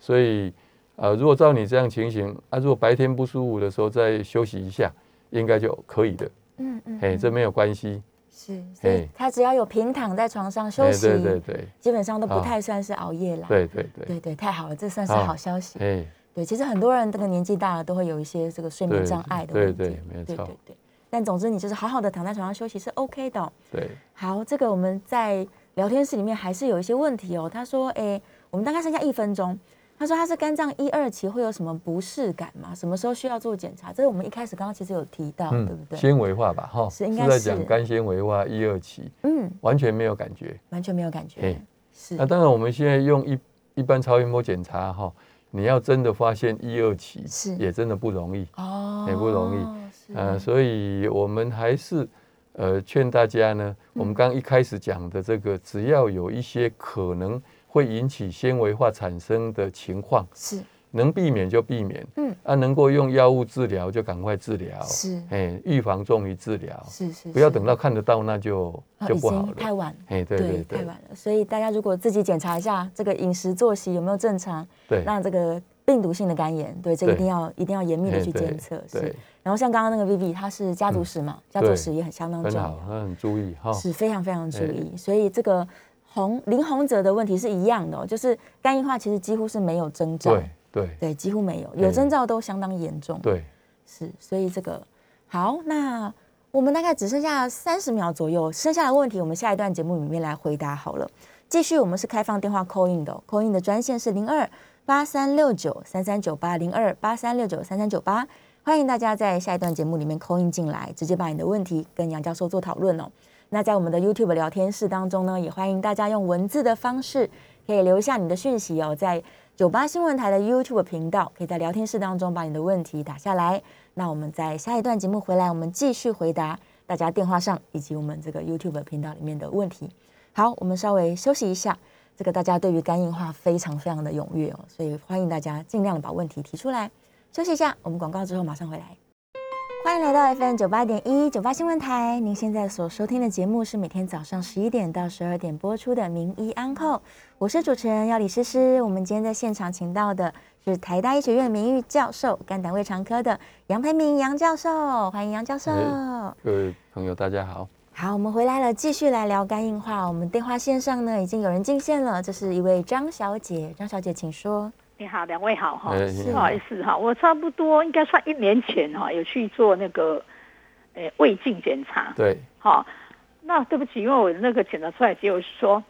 [SPEAKER 3] 所以呃，如果照你这样情形啊，如果白天不舒服的时候再休息一下，应该就可以的，
[SPEAKER 2] 嗯嗯，
[SPEAKER 3] 哎，
[SPEAKER 2] 嗯
[SPEAKER 3] 这没有关系，
[SPEAKER 2] 是，所以
[SPEAKER 3] 嘿
[SPEAKER 2] 她只要有平躺在床上休
[SPEAKER 3] 哎，
[SPEAKER 2] 息，
[SPEAKER 3] 对对对
[SPEAKER 2] 基本上都不
[SPEAKER 3] 好
[SPEAKER 2] 太算是熬夜啦。
[SPEAKER 3] 对对对，
[SPEAKER 2] 对对，太好了，这算是
[SPEAKER 3] 好
[SPEAKER 2] 好消息。
[SPEAKER 3] 哎，
[SPEAKER 2] 对，其实很多人这个年纪大了都会有一些这个睡眠
[SPEAKER 3] 对
[SPEAKER 2] 障碍的
[SPEAKER 3] 对
[SPEAKER 2] 问题。
[SPEAKER 3] 对没
[SPEAKER 2] 对
[SPEAKER 3] 错
[SPEAKER 2] 对对但总之，你就是好好的躺在床上休息是 OK 的哦、
[SPEAKER 3] 对，
[SPEAKER 2] 好，这个我们在聊天室里面还是有一些问题哦。他说，诶，我们大概剩下一分钟。他说他是肝脏一二期会有什么不适感吗？什么时候需要做检查？这是我们一开始刚刚其实有提到，哦对不对？
[SPEAKER 3] 嗯纤维化吧，哈，
[SPEAKER 2] 是
[SPEAKER 3] 是
[SPEAKER 2] 应该
[SPEAKER 3] 在
[SPEAKER 2] 是
[SPEAKER 3] 讲肝纤维化一二期，
[SPEAKER 2] 嗯，
[SPEAKER 3] 完全没有感觉。
[SPEAKER 2] 完全没有感觉
[SPEAKER 3] 嘿。
[SPEAKER 2] 是
[SPEAKER 3] 那当然，我们现在用一一般超音波检查哈，你要真的发现一二期，
[SPEAKER 2] 是
[SPEAKER 3] 也真的不容易。
[SPEAKER 2] 哦
[SPEAKER 3] 也不容易
[SPEAKER 2] 易
[SPEAKER 3] 呃，
[SPEAKER 2] 是
[SPEAKER 3] 所以我们还是呃劝大家呢，
[SPEAKER 2] 嗯
[SPEAKER 3] 我们刚一开始讲的这个，只要有一些可能会引起纤维化产生的情况，
[SPEAKER 2] 是
[SPEAKER 3] 能避免就避免，
[SPEAKER 2] 嗯，
[SPEAKER 3] 啊，能够用药物治疗就赶快治疗，
[SPEAKER 2] 是
[SPEAKER 3] 哎，预防重于治疗，
[SPEAKER 2] 是是，
[SPEAKER 3] 不要
[SPEAKER 2] 是
[SPEAKER 3] 等到看得到那就
[SPEAKER 2] 哦
[SPEAKER 3] 就
[SPEAKER 2] 已
[SPEAKER 3] 不好
[SPEAKER 2] 经太
[SPEAKER 3] 了，
[SPEAKER 2] 晚了。
[SPEAKER 3] 哎，对对
[SPEAKER 2] 太
[SPEAKER 3] 对
[SPEAKER 2] 晚了。所以大家如果自己检查一下这个饮食作息有没有正常，
[SPEAKER 3] 对，
[SPEAKER 2] 那这个病毒性的肝炎，对，这个一
[SPEAKER 3] 对
[SPEAKER 2] 定要一定要严密的
[SPEAKER 3] 哎
[SPEAKER 2] 去
[SPEAKER 3] 对
[SPEAKER 2] 监测。是
[SPEAKER 3] 对。嗯
[SPEAKER 2] 然后像刚刚那个 Vivi，她是家族史嘛，家族史也很相当重
[SPEAKER 3] 很好，哦哎
[SPEAKER 2] 要，
[SPEAKER 3] 那很注意哈。
[SPEAKER 2] 是非常非常注意。所以这个洪林洪哲的问题是一样的、哦，就是肝硬化其实几乎是没有征兆，
[SPEAKER 3] 对对
[SPEAKER 2] 对几乎没有，有
[SPEAKER 3] 哎
[SPEAKER 2] 征兆都相当严重。
[SPEAKER 3] 对，
[SPEAKER 2] 是，所以这个好，那我们大概只剩下三十秒左右，剩下的问题我们下一段节目里面来回答好了。继续，我们是开放电话 call in 的、哦、，call in 的专线是零二八三六九三三九八零二八三六九三三九八，欢迎大家在下一段节目里面扣印进来，直接把你的问题跟杨教授做讨论哦。那在我们的 YouTube 聊天室当中呢，也欢迎大家用文字的方式可以留下你的讯息哦，在九八新闻台的 YouTube 频道，可以在聊天室当中把你的问题打下来。那我们在下一段节目回来，我们继续回答大家电话上以及我们这个 YouTube 频道里面的问题。好，我们稍微休息一下。这个大家对于肝硬化非常非常的踊跃哦，所以欢迎大家尽量的把问题提出来。休息一下，我们广告之后马上回来。欢迎来到 FM 九八点一九八新闻台，您现在所收听的节目是每天早上十一点到十二点播出的《名医安扣》，我是主持人要李诗诗。我们今天在现场请到的是台大医学院名誉教授、肝胆胃肠科的杨培明杨教授，欢迎杨教授。
[SPEAKER 3] 哎各位朋友，大家好。
[SPEAKER 2] 好，我们回来了，继续来聊肝硬化。我们电话线上呢已经有人进线了，这是一位张小姐，张小姐请说。
[SPEAKER 7] 你好，两位好哈，
[SPEAKER 3] 哎你
[SPEAKER 7] 不
[SPEAKER 3] 好
[SPEAKER 7] 好意思哈，我差不多应该算一年前哈，有去做那个，呃，胃镜检查
[SPEAKER 3] 对，
[SPEAKER 7] 哈。那对不起，因为我那个检查出来结果是说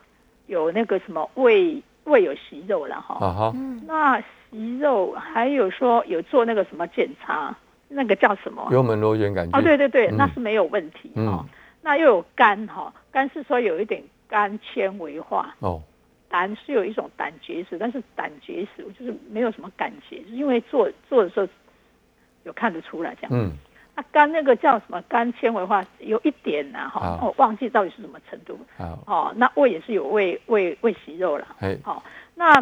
[SPEAKER 7] 有那个什么胃胃有息肉了哈，
[SPEAKER 3] 啊哈，
[SPEAKER 7] 那息肉还有说有做那个什么检查，那个叫什么啊？
[SPEAKER 3] 幽门螺旋杆菌。
[SPEAKER 7] 哦，对对对，
[SPEAKER 3] 嗯
[SPEAKER 7] 那是没有问题哈、
[SPEAKER 3] 嗯
[SPEAKER 7] 那又有肝哈，肝是说有一点肝纤维化，
[SPEAKER 3] 哦，
[SPEAKER 7] 胆是有一种胆结石，但是胆结石我就是没有什么感觉，就是因为做做的时候有看得出来这样。
[SPEAKER 3] 嗯，
[SPEAKER 7] 那肝那个叫什么肝纤维化，有一点呐、哈，
[SPEAKER 3] 好
[SPEAKER 7] 我忘记到底是什么程度。
[SPEAKER 3] 好，
[SPEAKER 7] 哦，那胃也是有胃胃胃息肉了。
[SPEAKER 3] 哎，
[SPEAKER 7] 好、那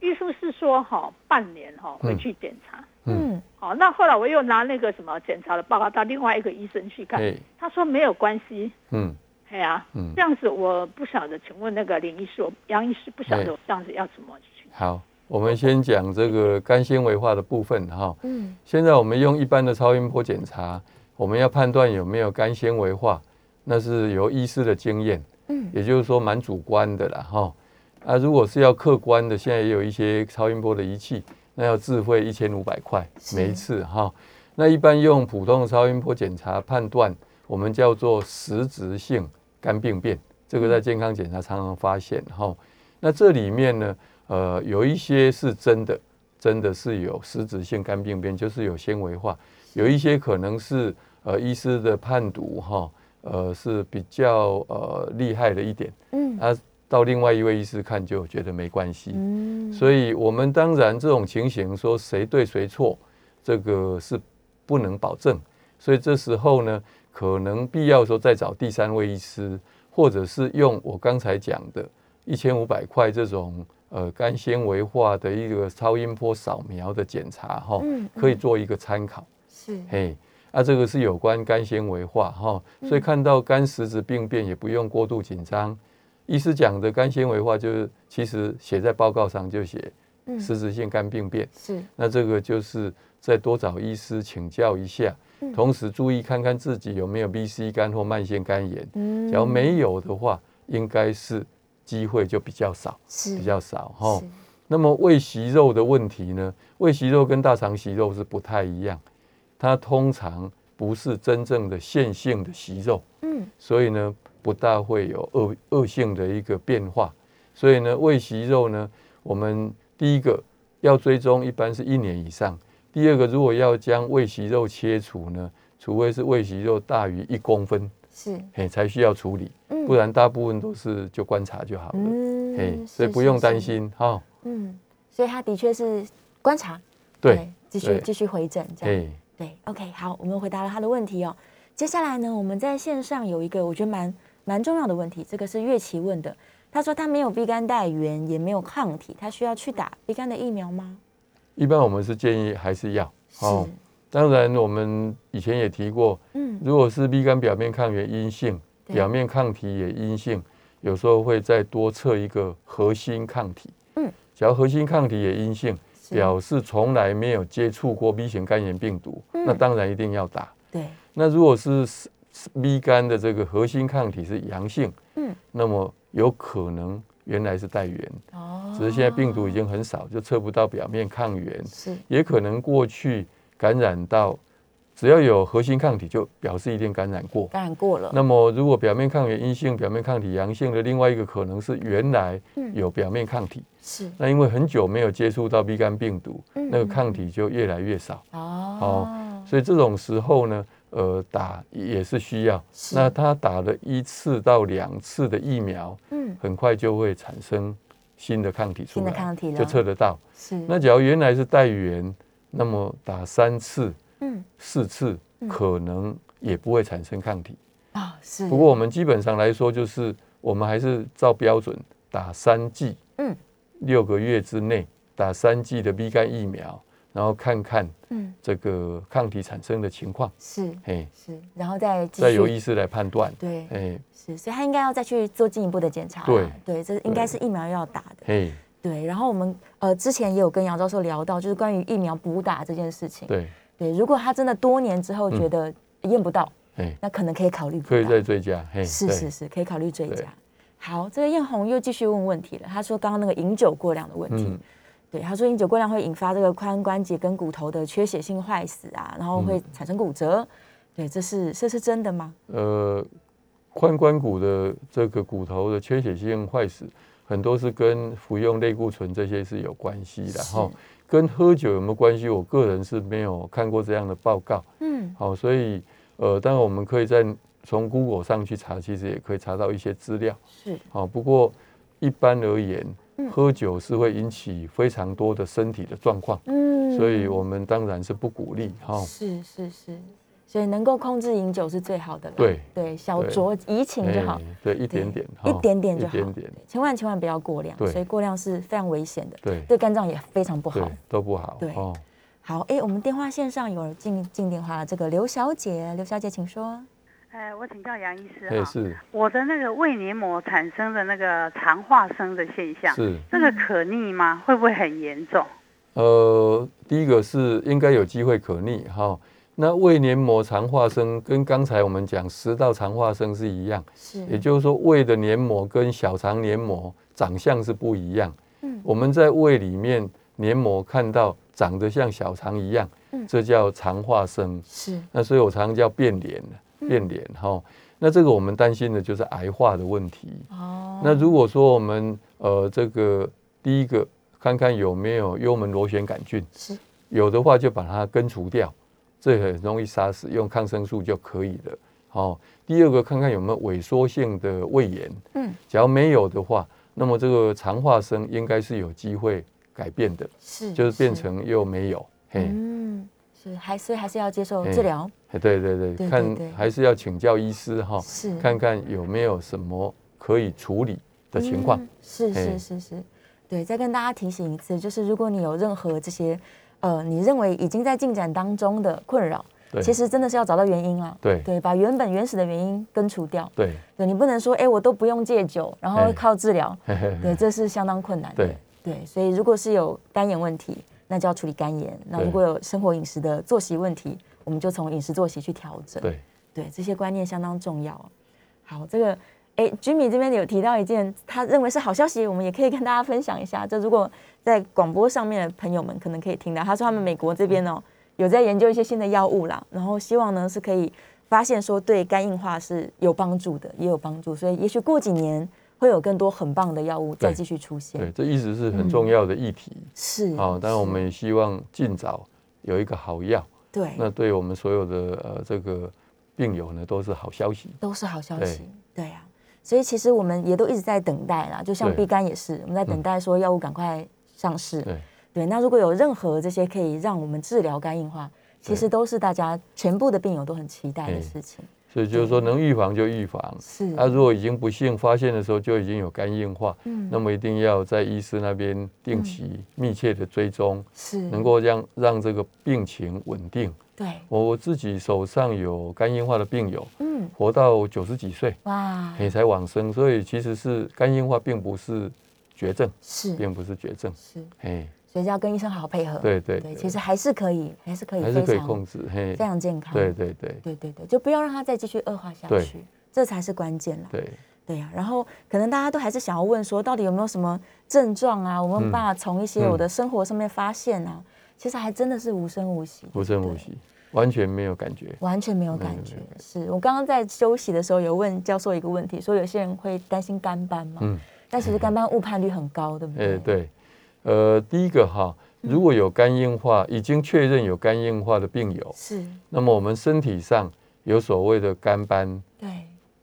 [SPEAKER 7] 医生是说哈、半年哈、
[SPEAKER 3] 嗯
[SPEAKER 7] 回去检查。
[SPEAKER 2] 嗯，
[SPEAKER 7] 好、那后来我又拿那个什么检查的报告到另外一个医生去看，
[SPEAKER 3] 哎，
[SPEAKER 7] 他说没有关系。
[SPEAKER 3] 嗯，
[SPEAKER 7] 哎呀、
[SPEAKER 3] 嗯
[SPEAKER 7] 这样子我不晓得，请问那个林医师，我杨医师不晓
[SPEAKER 3] 哎
[SPEAKER 7] 得我这样子要怎么去？
[SPEAKER 3] 好，我们先讲这个肝纤维化的部分哈。
[SPEAKER 2] 嗯，
[SPEAKER 3] 现在我们用一般的超音波检查，我们要判断有没有肝纤维化，那是由医师的经验，
[SPEAKER 2] 嗯，
[SPEAKER 3] 也就是说蛮主观的啦哈。啊，如果是要客观的，现在也有一些超音波的仪器，那要自费一千五百块
[SPEAKER 2] 是
[SPEAKER 3] 每一次哈。那一般用普通的超音波检查判断，我们叫做实质性肝病变，这个在健康检查常常发现哈。那这里面呢，呃，有一些是真的，真的是有实质性肝病变，就是有纤维化；有一些可能是呃医师的判读哈、呃是比较呃厉害的一点，
[SPEAKER 2] 嗯
[SPEAKER 3] 啊，到另外一位医师看就觉得没关系，
[SPEAKER 2] 嗯，
[SPEAKER 3] 所以我们当然这种情形说谁对谁错，这个是不能保证，所以这时候呢，可能必要的时候再找第三位医师，或者是用我刚才讲的一千五百块这种呃肝纤维化的一个超音波扫描的检查哈，
[SPEAKER 2] 嗯嗯
[SPEAKER 3] 可以做一个参考。
[SPEAKER 2] 是
[SPEAKER 3] 嘿，啊，这个是有关肝纤维化哈、
[SPEAKER 2] 嗯
[SPEAKER 3] 所以看到肝实质病变也不用过度紧张。医师讲的肝纤维化就是，其实写在报告上就写
[SPEAKER 2] 嗯
[SPEAKER 3] 实质性肝病变，
[SPEAKER 2] 是
[SPEAKER 3] 那这个就是再多找医师请教一下，
[SPEAKER 2] 嗯
[SPEAKER 3] 同时注意看看自己有没有 BC 肝或慢性肝炎，
[SPEAKER 2] 嗯
[SPEAKER 3] 只要没有的话，应该是机会就比较少，
[SPEAKER 2] 是
[SPEAKER 3] 比较少哈、
[SPEAKER 2] 是
[SPEAKER 3] 那么胃息肉的问题呢？胃息肉跟大肠息肉是不太一样，它通常不是真正的线性的息肉，
[SPEAKER 2] 嗯
[SPEAKER 3] 所以呢不大会有恶恶性的一个变化。所以呢，胃息肉呢，我们第一个要追踪，一般是一年以上；第二个，如果要将胃息肉切除呢，除非是胃息肉大于一公分，
[SPEAKER 2] 是
[SPEAKER 3] 嘿，才需要处理，
[SPEAKER 2] 嗯
[SPEAKER 3] 不然大部分都是就观察就好了，嘿，
[SPEAKER 2] 嗯
[SPEAKER 3] 所以不用担，
[SPEAKER 2] 是是
[SPEAKER 3] 心哈。
[SPEAKER 2] 是嗯，所以他的确是观察，
[SPEAKER 3] 对，，
[SPEAKER 2] 继续
[SPEAKER 3] 对
[SPEAKER 2] 继续回诊这样。
[SPEAKER 3] 嘿。
[SPEAKER 2] 对，OK，好，我们回答了他的问题哦。接下来呢，我们在线上有一个我觉得蛮蛮重要的问题，这个是月琪问的。他说他没有 B 肝带源，也没有抗体，他需要去打 B 肝的疫苗吗？
[SPEAKER 3] 一般我们是建议还是要哦
[SPEAKER 2] 是，
[SPEAKER 3] 当然，我们以前也提过，
[SPEAKER 2] 嗯，
[SPEAKER 3] 如果是 B 肝表面抗原阴性，
[SPEAKER 2] 对
[SPEAKER 3] 表面抗体也阴性，有时候会再多测一个核心抗体。
[SPEAKER 2] 嗯，
[SPEAKER 3] 只要核心抗体也阴性，
[SPEAKER 2] 是
[SPEAKER 3] 表示从来没有接触过 B 型肝炎病毒，
[SPEAKER 2] 嗯
[SPEAKER 3] 那当然一定要打。
[SPEAKER 2] 对，
[SPEAKER 3] 那如果是 B 肝的这个核心抗体是阳性，
[SPEAKER 2] 嗯，
[SPEAKER 3] 那么有可能原来是带源，
[SPEAKER 2] 哦
[SPEAKER 3] 只是现在病毒已经很少，就测不到表面抗原。
[SPEAKER 2] 是
[SPEAKER 3] 也可能过去感染到只要有核心抗体，就表示一定感染过。
[SPEAKER 2] 感染过了，
[SPEAKER 3] 那么，如果表面抗原阴性，表面抗体阳性的另外一个可能是原来
[SPEAKER 2] 嗯
[SPEAKER 3] 有表面抗体，
[SPEAKER 2] 是
[SPEAKER 3] 那因为很久没有接触到 B 肝病毒，
[SPEAKER 2] 嗯
[SPEAKER 3] 那个抗体就越来越少，
[SPEAKER 2] 哦，
[SPEAKER 3] 所以这种时候呢，呃，打也是需要。
[SPEAKER 2] 是
[SPEAKER 3] 那他打了一次到两次的疫苗，
[SPEAKER 2] 嗯，
[SPEAKER 3] 很快就会产生新的抗体出
[SPEAKER 2] 新的
[SPEAKER 3] 来，
[SPEAKER 2] 抗体了
[SPEAKER 3] 就测得到。
[SPEAKER 2] 是
[SPEAKER 3] 那假如原来是带源，那么打三次、
[SPEAKER 2] 嗯
[SPEAKER 3] 四次，可能也不会产生抗体。
[SPEAKER 2] 啊是，
[SPEAKER 3] 不过我们基本上来说，就是我们还是照标准打三剂，
[SPEAKER 2] 嗯，
[SPEAKER 3] 六个月之内打三剂的 B 肝疫苗，然后看看
[SPEAKER 2] 嗯
[SPEAKER 3] 这个抗体产生的情况，
[SPEAKER 2] 是
[SPEAKER 3] 嘿，
[SPEAKER 2] 是，然后再继
[SPEAKER 3] 再由
[SPEAKER 2] 续
[SPEAKER 3] 医师来判断，
[SPEAKER 2] 对
[SPEAKER 3] 哎
[SPEAKER 2] 是，所以他应该要再去做进一步的检查啦，
[SPEAKER 3] 对
[SPEAKER 2] 对，这应该是疫苗要打的。
[SPEAKER 3] 嘿，
[SPEAKER 2] 对，然后我们呃之前也有跟杨教授聊到，就是关于疫苗补打这件事情。
[SPEAKER 3] 对，
[SPEAKER 2] 对如果他真的多年之后觉得验不到，
[SPEAKER 3] 哎，
[SPEAKER 2] 那可能可以考虑补
[SPEAKER 3] 可以
[SPEAKER 2] 打
[SPEAKER 3] 再追加，嘿，
[SPEAKER 2] 是
[SPEAKER 3] 对
[SPEAKER 2] 是是，可以考虑追
[SPEAKER 3] 对
[SPEAKER 2] 加。好，这个艳红又继续问问题了。他说刚刚那个饮酒过量的问题，
[SPEAKER 3] 嗯
[SPEAKER 2] 对，他说饮酒过量会引发这个髋关节跟骨头的缺血性坏死啊，然后
[SPEAKER 3] 嗯
[SPEAKER 2] 会产生骨折。对，这是这是真的吗？
[SPEAKER 3] 呃，髋关骨的这个骨头的缺血性坏死，很多是跟服用类固醇这些是有关系的哈。跟喝酒有没有关系？我个人是没有看过这样的报告。
[SPEAKER 2] 嗯，
[SPEAKER 3] 好，所以呃，当然我们可以在从 Google 上去查，其实也可以查到一些资料。
[SPEAKER 2] 是
[SPEAKER 3] 好，不过一般而言
[SPEAKER 2] 嗯，
[SPEAKER 3] 喝酒是会引起非常多的身体的状况，
[SPEAKER 2] 嗯
[SPEAKER 3] 所以我哦们当然是不鼓励哈。
[SPEAKER 2] 是是是，所以能够控制饮酒是最好的了。
[SPEAKER 3] 对
[SPEAKER 2] 对，小
[SPEAKER 3] 对
[SPEAKER 2] 酌怡情就好
[SPEAKER 3] 哎。对，一点
[SPEAKER 2] 对
[SPEAKER 3] 点，
[SPEAKER 2] 一
[SPEAKER 3] 哈
[SPEAKER 2] 点点
[SPEAKER 3] 一
[SPEAKER 2] 就好，
[SPEAKER 3] 点点，
[SPEAKER 2] 对千万千万不要过量，
[SPEAKER 3] 对
[SPEAKER 2] 所以过量是非常危险的，
[SPEAKER 3] 对。
[SPEAKER 2] 对肝脏也非常不
[SPEAKER 3] 对
[SPEAKER 2] 好。，
[SPEAKER 3] 都不好。
[SPEAKER 2] 对
[SPEAKER 3] 哦，
[SPEAKER 2] 好，哎，我们电话线上有进进电话了，这个刘小姐，刘小姐请说。
[SPEAKER 8] 呃，我请教杨医
[SPEAKER 2] 啊
[SPEAKER 8] 师
[SPEAKER 3] 也
[SPEAKER 8] 哈，
[SPEAKER 3] 哎是
[SPEAKER 8] 我的那个胃黏膜产生的那个肠化生的现象，
[SPEAKER 3] 是，
[SPEAKER 8] 这个可逆吗？会不会很严重？
[SPEAKER 3] 呃，第一个是应该有机会可逆哈、那胃黏膜肠化生跟刚才我们讲食道肠化生是一样，也
[SPEAKER 2] 是，
[SPEAKER 3] 就是说胃的黏膜跟小肠黏膜长相是不一样。
[SPEAKER 2] 嗯
[SPEAKER 3] 我们在胃里面黏膜看到长得像小肠一样，
[SPEAKER 2] 嗯
[SPEAKER 3] 这叫肠化生。
[SPEAKER 2] 是，
[SPEAKER 3] 那所以我常常叫变脸
[SPEAKER 2] 嗯
[SPEAKER 3] 变脸哈、那这个我们担心的就是癌化的问题。
[SPEAKER 2] 哦，
[SPEAKER 3] 那如果说我们呃这个第一个看看有没有幽门螺旋杆菌，
[SPEAKER 2] 是，
[SPEAKER 3] 有的话就把它根除掉，这很容易杀死，用抗生素就可以了。哦，第二个看看有没有萎缩性的胃炎，
[SPEAKER 2] 嗯，
[SPEAKER 3] 假如没有的话，那么这个肠化生应该是有机会改变的，
[SPEAKER 2] 是，
[SPEAKER 3] 就是变，成又没有。嘿，
[SPEAKER 2] 嗯，是，还所以还是要接受
[SPEAKER 3] 嘿
[SPEAKER 2] 治疗，
[SPEAKER 3] 对对对，
[SPEAKER 2] 对
[SPEAKER 3] 看
[SPEAKER 2] 对
[SPEAKER 3] 还是要请教医师哈、
[SPEAKER 2] 是
[SPEAKER 3] 看看有没有什么可以处理的情况。
[SPEAKER 2] 嗯是是
[SPEAKER 3] 嘿
[SPEAKER 2] 是是，对，再跟大家提醒一次，就是如果你有任何这些，呃，你认为已经在进展当中的困扰，
[SPEAKER 3] 对，
[SPEAKER 2] 其实真的是要找到原因啦。
[SPEAKER 3] 对
[SPEAKER 2] 对，把原本原始的原因根除掉。
[SPEAKER 3] 对。
[SPEAKER 2] 对你不能说，哎、我都不用戒酒，然后
[SPEAKER 3] 哎
[SPEAKER 2] 靠治疗，
[SPEAKER 3] 嘿嘿
[SPEAKER 2] 对，这是相当困难的。
[SPEAKER 3] 对
[SPEAKER 2] 对，所以如果是有肝炎问题，那就要处理肝炎；那如
[SPEAKER 3] 对
[SPEAKER 2] 果有生活饮食的作息问题，我们就从饮食作息去调整。
[SPEAKER 3] 对，
[SPEAKER 2] 对，这些观念相当重要。好，这个。哎，Jimmy 这边有提到一件他认为是好消息，我们也可以跟大家分享一下。这如果在广播上面的朋友们可能可以听到，他说他们美国这边哦有在研究一些新的药物啦，然后希望呢是可以发现说对肝硬化是有帮助的，也有帮助，所以也许过几年会有更多很棒的药物再
[SPEAKER 3] 对
[SPEAKER 2] 继续出现。
[SPEAKER 3] 对，这一直是很重要的议题。
[SPEAKER 2] 嗯是
[SPEAKER 3] 好、当然我
[SPEAKER 2] 是
[SPEAKER 3] 们也希望尽早有一个好药，
[SPEAKER 2] 对
[SPEAKER 3] 那对我们所有的呃这个病友呢都是好消息。
[SPEAKER 2] 都是好消
[SPEAKER 3] 对
[SPEAKER 2] 息，对啊。所以其实我们也都一直在等待啦，就像
[SPEAKER 3] 对嗯
[SPEAKER 2] B 肝也是，我们在等待说药物赶快上市。
[SPEAKER 3] 对
[SPEAKER 2] 对，那如果有任何这些可以让我们治疗肝硬化，其
[SPEAKER 3] 对
[SPEAKER 2] 实都是大家全部的病友都很期待的
[SPEAKER 3] 哎
[SPEAKER 2] 事情。
[SPEAKER 3] 所以就是说，能预防就预防。
[SPEAKER 2] 是
[SPEAKER 3] 那、啊如果已经不幸发现的时候就已经有肝硬化，
[SPEAKER 2] 嗯
[SPEAKER 3] 那么一定要在医师那边定期密切的追踪，
[SPEAKER 2] 是
[SPEAKER 3] 能够让让这个病情稳定。
[SPEAKER 2] 对，
[SPEAKER 3] 我我自己手上有肝硬化的病友，
[SPEAKER 2] 嗯，
[SPEAKER 3] 活到九十几岁，
[SPEAKER 2] 哇，
[SPEAKER 3] 也才往生，所以其实是肝硬化并不是绝症，
[SPEAKER 2] 是
[SPEAKER 3] 并不是绝症。
[SPEAKER 2] 是，
[SPEAKER 3] 嘿，
[SPEAKER 2] 所以要跟医生好好配合。
[SPEAKER 3] 对对
[SPEAKER 2] 对，
[SPEAKER 3] 对
[SPEAKER 2] 其实还是可以，还是可以
[SPEAKER 3] 还是
[SPEAKER 2] 非
[SPEAKER 3] 可以
[SPEAKER 2] 常
[SPEAKER 3] 控制。嘿
[SPEAKER 2] 非，常健康。
[SPEAKER 3] 对对对
[SPEAKER 2] 对对对，就不要让它再继续恶化下
[SPEAKER 3] 对
[SPEAKER 2] 去，这才是关键啦。
[SPEAKER 3] 对，
[SPEAKER 2] 对啊呀、然后可能大家都还是想要问说，到底有没有什么症状啊？我们
[SPEAKER 3] 嗯
[SPEAKER 2] 办法从一些我
[SPEAKER 3] 嗯
[SPEAKER 2] 的生活上面发现啊，其实还真的是无声无息。
[SPEAKER 3] 无声无息。完全没有感觉。
[SPEAKER 2] 完全没有
[SPEAKER 3] 没有
[SPEAKER 2] 感
[SPEAKER 3] 没
[SPEAKER 2] 觉
[SPEAKER 3] 有。
[SPEAKER 2] 是我刚刚在休息的时候有问教授一个问题，说有些人会担心肝斑嘛，
[SPEAKER 3] 嗯，
[SPEAKER 2] 但其实肝斑误判率很高，对不
[SPEAKER 3] 哎、
[SPEAKER 2] 哦对？，
[SPEAKER 3] 对，呃，第一个哈，如果有肝硬化，已经确认有肝硬化的病友，
[SPEAKER 2] 是，
[SPEAKER 3] 那么我们身体上有所谓的肝斑，
[SPEAKER 2] 对，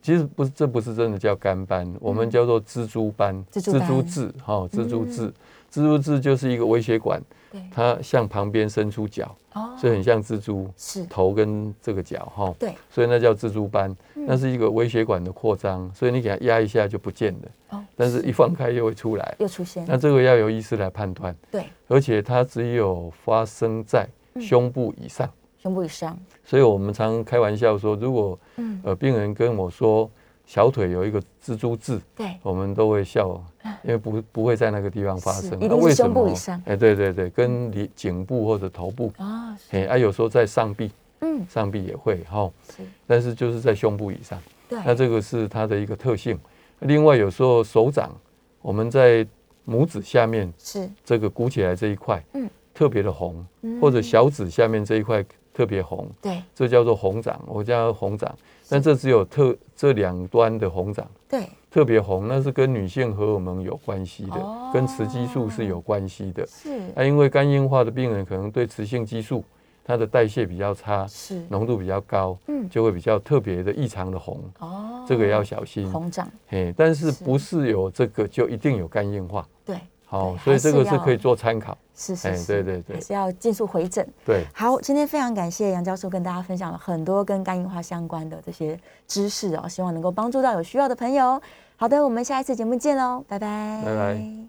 [SPEAKER 3] 其实不是，这不是真的叫肝斑，我们叫做蜘蛛斑、
[SPEAKER 2] 嗯蜘蛛斑嗯
[SPEAKER 3] 痣哈、蜘蛛痣，蜘蛛痣就是一个微血管，
[SPEAKER 2] 对，
[SPEAKER 3] 它向旁边伸出脚，
[SPEAKER 2] 哦
[SPEAKER 3] 所以很像蜘蛛
[SPEAKER 2] 是，
[SPEAKER 3] 头跟这个脚哈、
[SPEAKER 2] 对，嗯
[SPEAKER 3] 所以那叫蜘蛛斑，那是一个微血管的扩张，所以你给它压一下就不见了，
[SPEAKER 2] 哦，
[SPEAKER 3] 但是一放开又会出来，
[SPEAKER 2] 又出现，
[SPEAKER 3] 那这个要由医师来判断，
[SPEAKER 2] 对，
[SPEAKER 3] 而且它只有发生在
[SPEAKER 2] 嗯
[SPEAKER 3] 胸部以上，
[SPEAKER 2] 胸部以上，
[SPEAKER 3] 所以我们常开玩笑说，如果
[SPEAKER 2] 嗯，
[SPEAKER 3] 呃病人跟我说小腿有一个蜘蛛痣，
[SPEAKER 2] 对，
[SPEAKER 3] 我们都会笑，因为不不会在那个地方发
[SPEAKER 2] 啊是
[SPEAKER 3] 生，
[SPEAKER 2] 一定
[SPEAKER 3] 那
[SPEAKER 2] 是
[SPEAKER 3] 为什
[SPEAKER 2] 胸部
[SPEAKER 3] 么
[SPEAKER 2] 以上
[SPEAKER 3] 哎，对对对，跟你颈部或者头部，
[SPEAKER 2] 啊，是
[SPEAKER 3] 哎，啊，有时候在上臂，
[SPEAKER 2] 嗯，
[SPEAKER 3] 上臂也会哈，
[SPEAKER 2] 是，哎
[SPEAKER 3] 但是就是在胸部以上，那
[SPEAKER 2] 对，
[SPEAKER 3] 这个是它的一个特性。另外，有时候手掌，我们在拇指下面
[SPEAKER 2] 是，
[SPEAKER 3] 这个鼓起来这一块，
[SPEAKER 2] 嗯
[SPEAKER 3] 特别的红，或者小指下面这一块特别红，
[SPEAKER 2] 对，
[SPEAKER 3] 这叫做红掌，我叫它红掌。但这只有特这两端的红掌
[SPEAKER 2] 对，
[SPEAKER 3] 特别红，那是跟女性荷尔蒙有关系的，
[SPEAKER 2] 哦
[SPEAKER 3] 跟雌激素是有关系的。
[SPEAKER 2] 是，
[SPEAKER 3] 那、啊因为肝硬化的病人可能对雌性激素它的代谢比较差，
[SPEAKER 2] 是，
[SPEAKER 3] 浓度比较高，
[SPEAKER 2] 嗯，
[SPEAKER 3] 就会比较特别的异常的红，
[SPEAKER 2] 哦，
[SPEAKER 3] 这个要小心。
[SPEAKER 2] 红掌，
[SPEAKER 3] 嘿，但是
[SPEAKER 2] 是
[SPEAKER 3] 不是有这个就一定有肝硬化？
[SPEAKER 2] 对，
[SPEAKER 3] 好、
[SPEAKER 2] 对
[SPEAKER 3] 所以
[SPEAKER 2] 还是
[SPEAKER 3] 这个是
[SPEAKER 2] 要
[SPEAKER 3] 可以做参考。
[SPEAKER 2] 是
[SPEAKER 3] 哎
[SPEAKER 2] 是是，
[SPEAKER 3] 对对对
[SPEAKER 2] 还是要尽速回诊。
[SPEAKER 3] 对，
[SPEAKER 2] 好，今天非常感谢杨教授跟大家分享了很多跟肝硬化相关的这些知识哦哦，希望能够帮助到有需要的朋友。好的，我们下一次节目见喽，拜拜，
[SPEAKER 3] 拜拜。